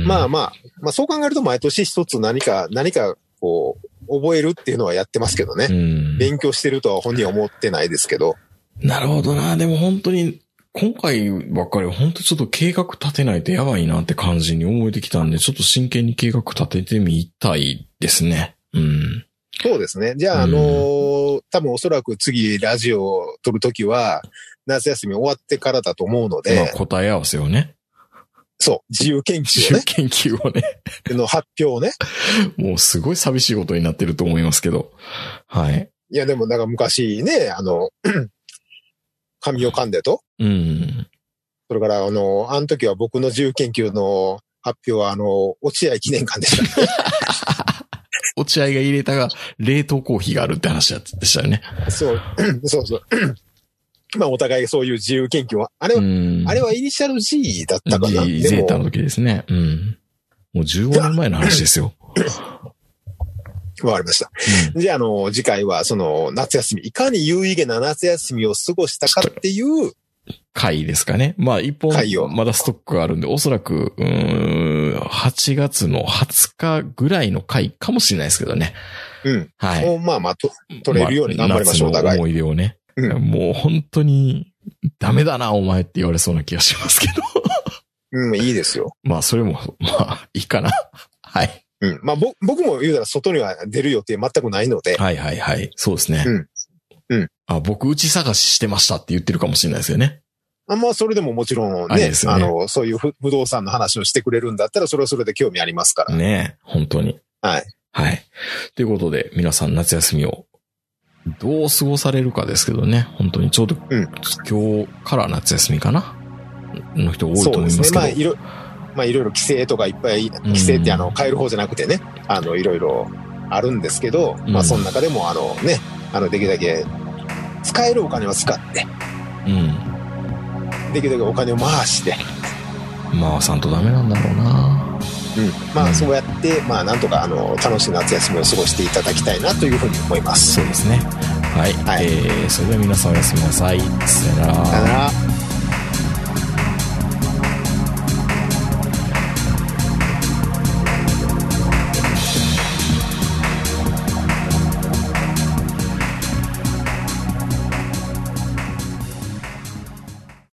Speaker 4: まあまあ、まあそう考えると毎年一つ何か、何かこう、覚えるっていうのはやってますけどね
Speaker 3: う。ん。
Speaker 4: 勉強してるとは本人は思ってないですけど。
Speaker 3: なるほどな。でも本当に、今回ばっかりは本当ちょっと計画立てないとやばいなって感じに思えてきたんで、ちょっと真剣に計画立ててみたいですね。うん。
Speaker 4: そうですね。じゃあ、あのー多分おそらく次ラジオを撮るときは、夏休み終わってからだと思うの
Speaker 3: まあ
Speaker 4: で、
Speaker 3: 答え合わせをね。
Speaker 4: そう、自由研究を ね、
Speaker 3: 研究をね。
Speaker 4: の発表をね。
Speaker 3: もうすごい寂しいことになってると思いますけど。はい。
Speaker 4: いや、でもなんか昔ね、あの、 紙を噛んでと、
Speaker 3: うん。
Speaker 4: それからあの、あの時は僕の自由研究の発表は、あの、落合記念館でした。
Speaker 3: 落合が入れたが、冷凍コーヒーがあるって話でしたよね。
Speaker 4: そう、 そうそう。まあ、お互いそういう自由研究は、あれ
Speaker 3: う
Speaker 4: は、
Speaker 3: ん。
Speaker 4: あれはイニシャル G だったかな。
Speaker 3: G ゼ
Speaker 4: で
Speaker 3: ータ
Speaker 4: も、
Speaker 3: の時ですね。うん。もう15年前の話ですよ。
Speaker 4: わかりました。じゃあ、あの、次回は、その、夏休み、いかに有意義な夏休みを過ごしたかっていう、
Speaker 3: 回ですかね。まあ、一本
Speaker 4: 回を、
Speaker 3: まだストックがあるんで、おそらく、うーん、8月の20日ぐらいの回かもしれないですけどね。
Speaker 4: うん、
Speaker 3: はい。
Speaker 4: をまあまあ、と取れるように頑張りましょう、お
Speaker 3: まあ夏
Speaker 4: 互
Speaker 3: の
Speaker 4: い。
Speaker 3: 思い出をね。
Speaker 4: うん
Speaker 3: もう本当に、ダメだな、お前って言われそうな気がしますけど。
Speaker 4: うん、いいですよ。
Speaker 3: まあ、それも、まあ、いいかな。はい。
Speaker 4: うん。まあ、ぼ僕も言うたら外には出る予定全くないので、
Speaker 3: はいはいはい。そうですね。
Speaker 4: うんうん
Speaker 3: あ、僕、うち探ししてましたって言ってるかもしれないですよね。
Speaker 4: あまあ、それでももちろん
Speaker 3: あれ
Speaker 4: ね、
Speaker 3: ですよ
Speaker 4: あ
Speaker 3: ね
Speaker 4: の、そういう不不動産の話をしてくれるんだったら、それはそれで興味ありますから。
Speaker 3: ねえ、本当に。
Speaker 4: はい。
Speaker 3: はい。ということで、皆さん夏休みをどう過ごされるかですけどね、本当にちょうど、
Speaker 4: うん
Speaker 3: 今日から夏休みかなの人多いと
Speaker 4: そう
Speaker 3: 思い
Speaker 4: で
Speaker 3: ますす
Speaker 4: ね。
Speaker 3: けど。
Speaker 4: まあ、いろ、まあ、いろいろ規制とかいっぱい、規制ってあの、変える方じゃなくてね、あの、いろいろあるんですけど、ま
Speaker 3: うん
Speaker 4: あ、その中でも、あのね、あの、できるだけ、使えるお金は使って、できるだけお金を回して、
Speaker 3: うん。まあ、さんとダメなんだろうな
Speaker 4: うん。まあ、そうやって、まあ、なんとか、あの、楽しい夏休みを過ごしていただきたいなというふうに思います。
Speaker 3: そうですね。はい。
Speaker 4: はい
Speaker 3: えー、それでは皆さんおやすみなさい。さよなら
Speaker 4: さよなら。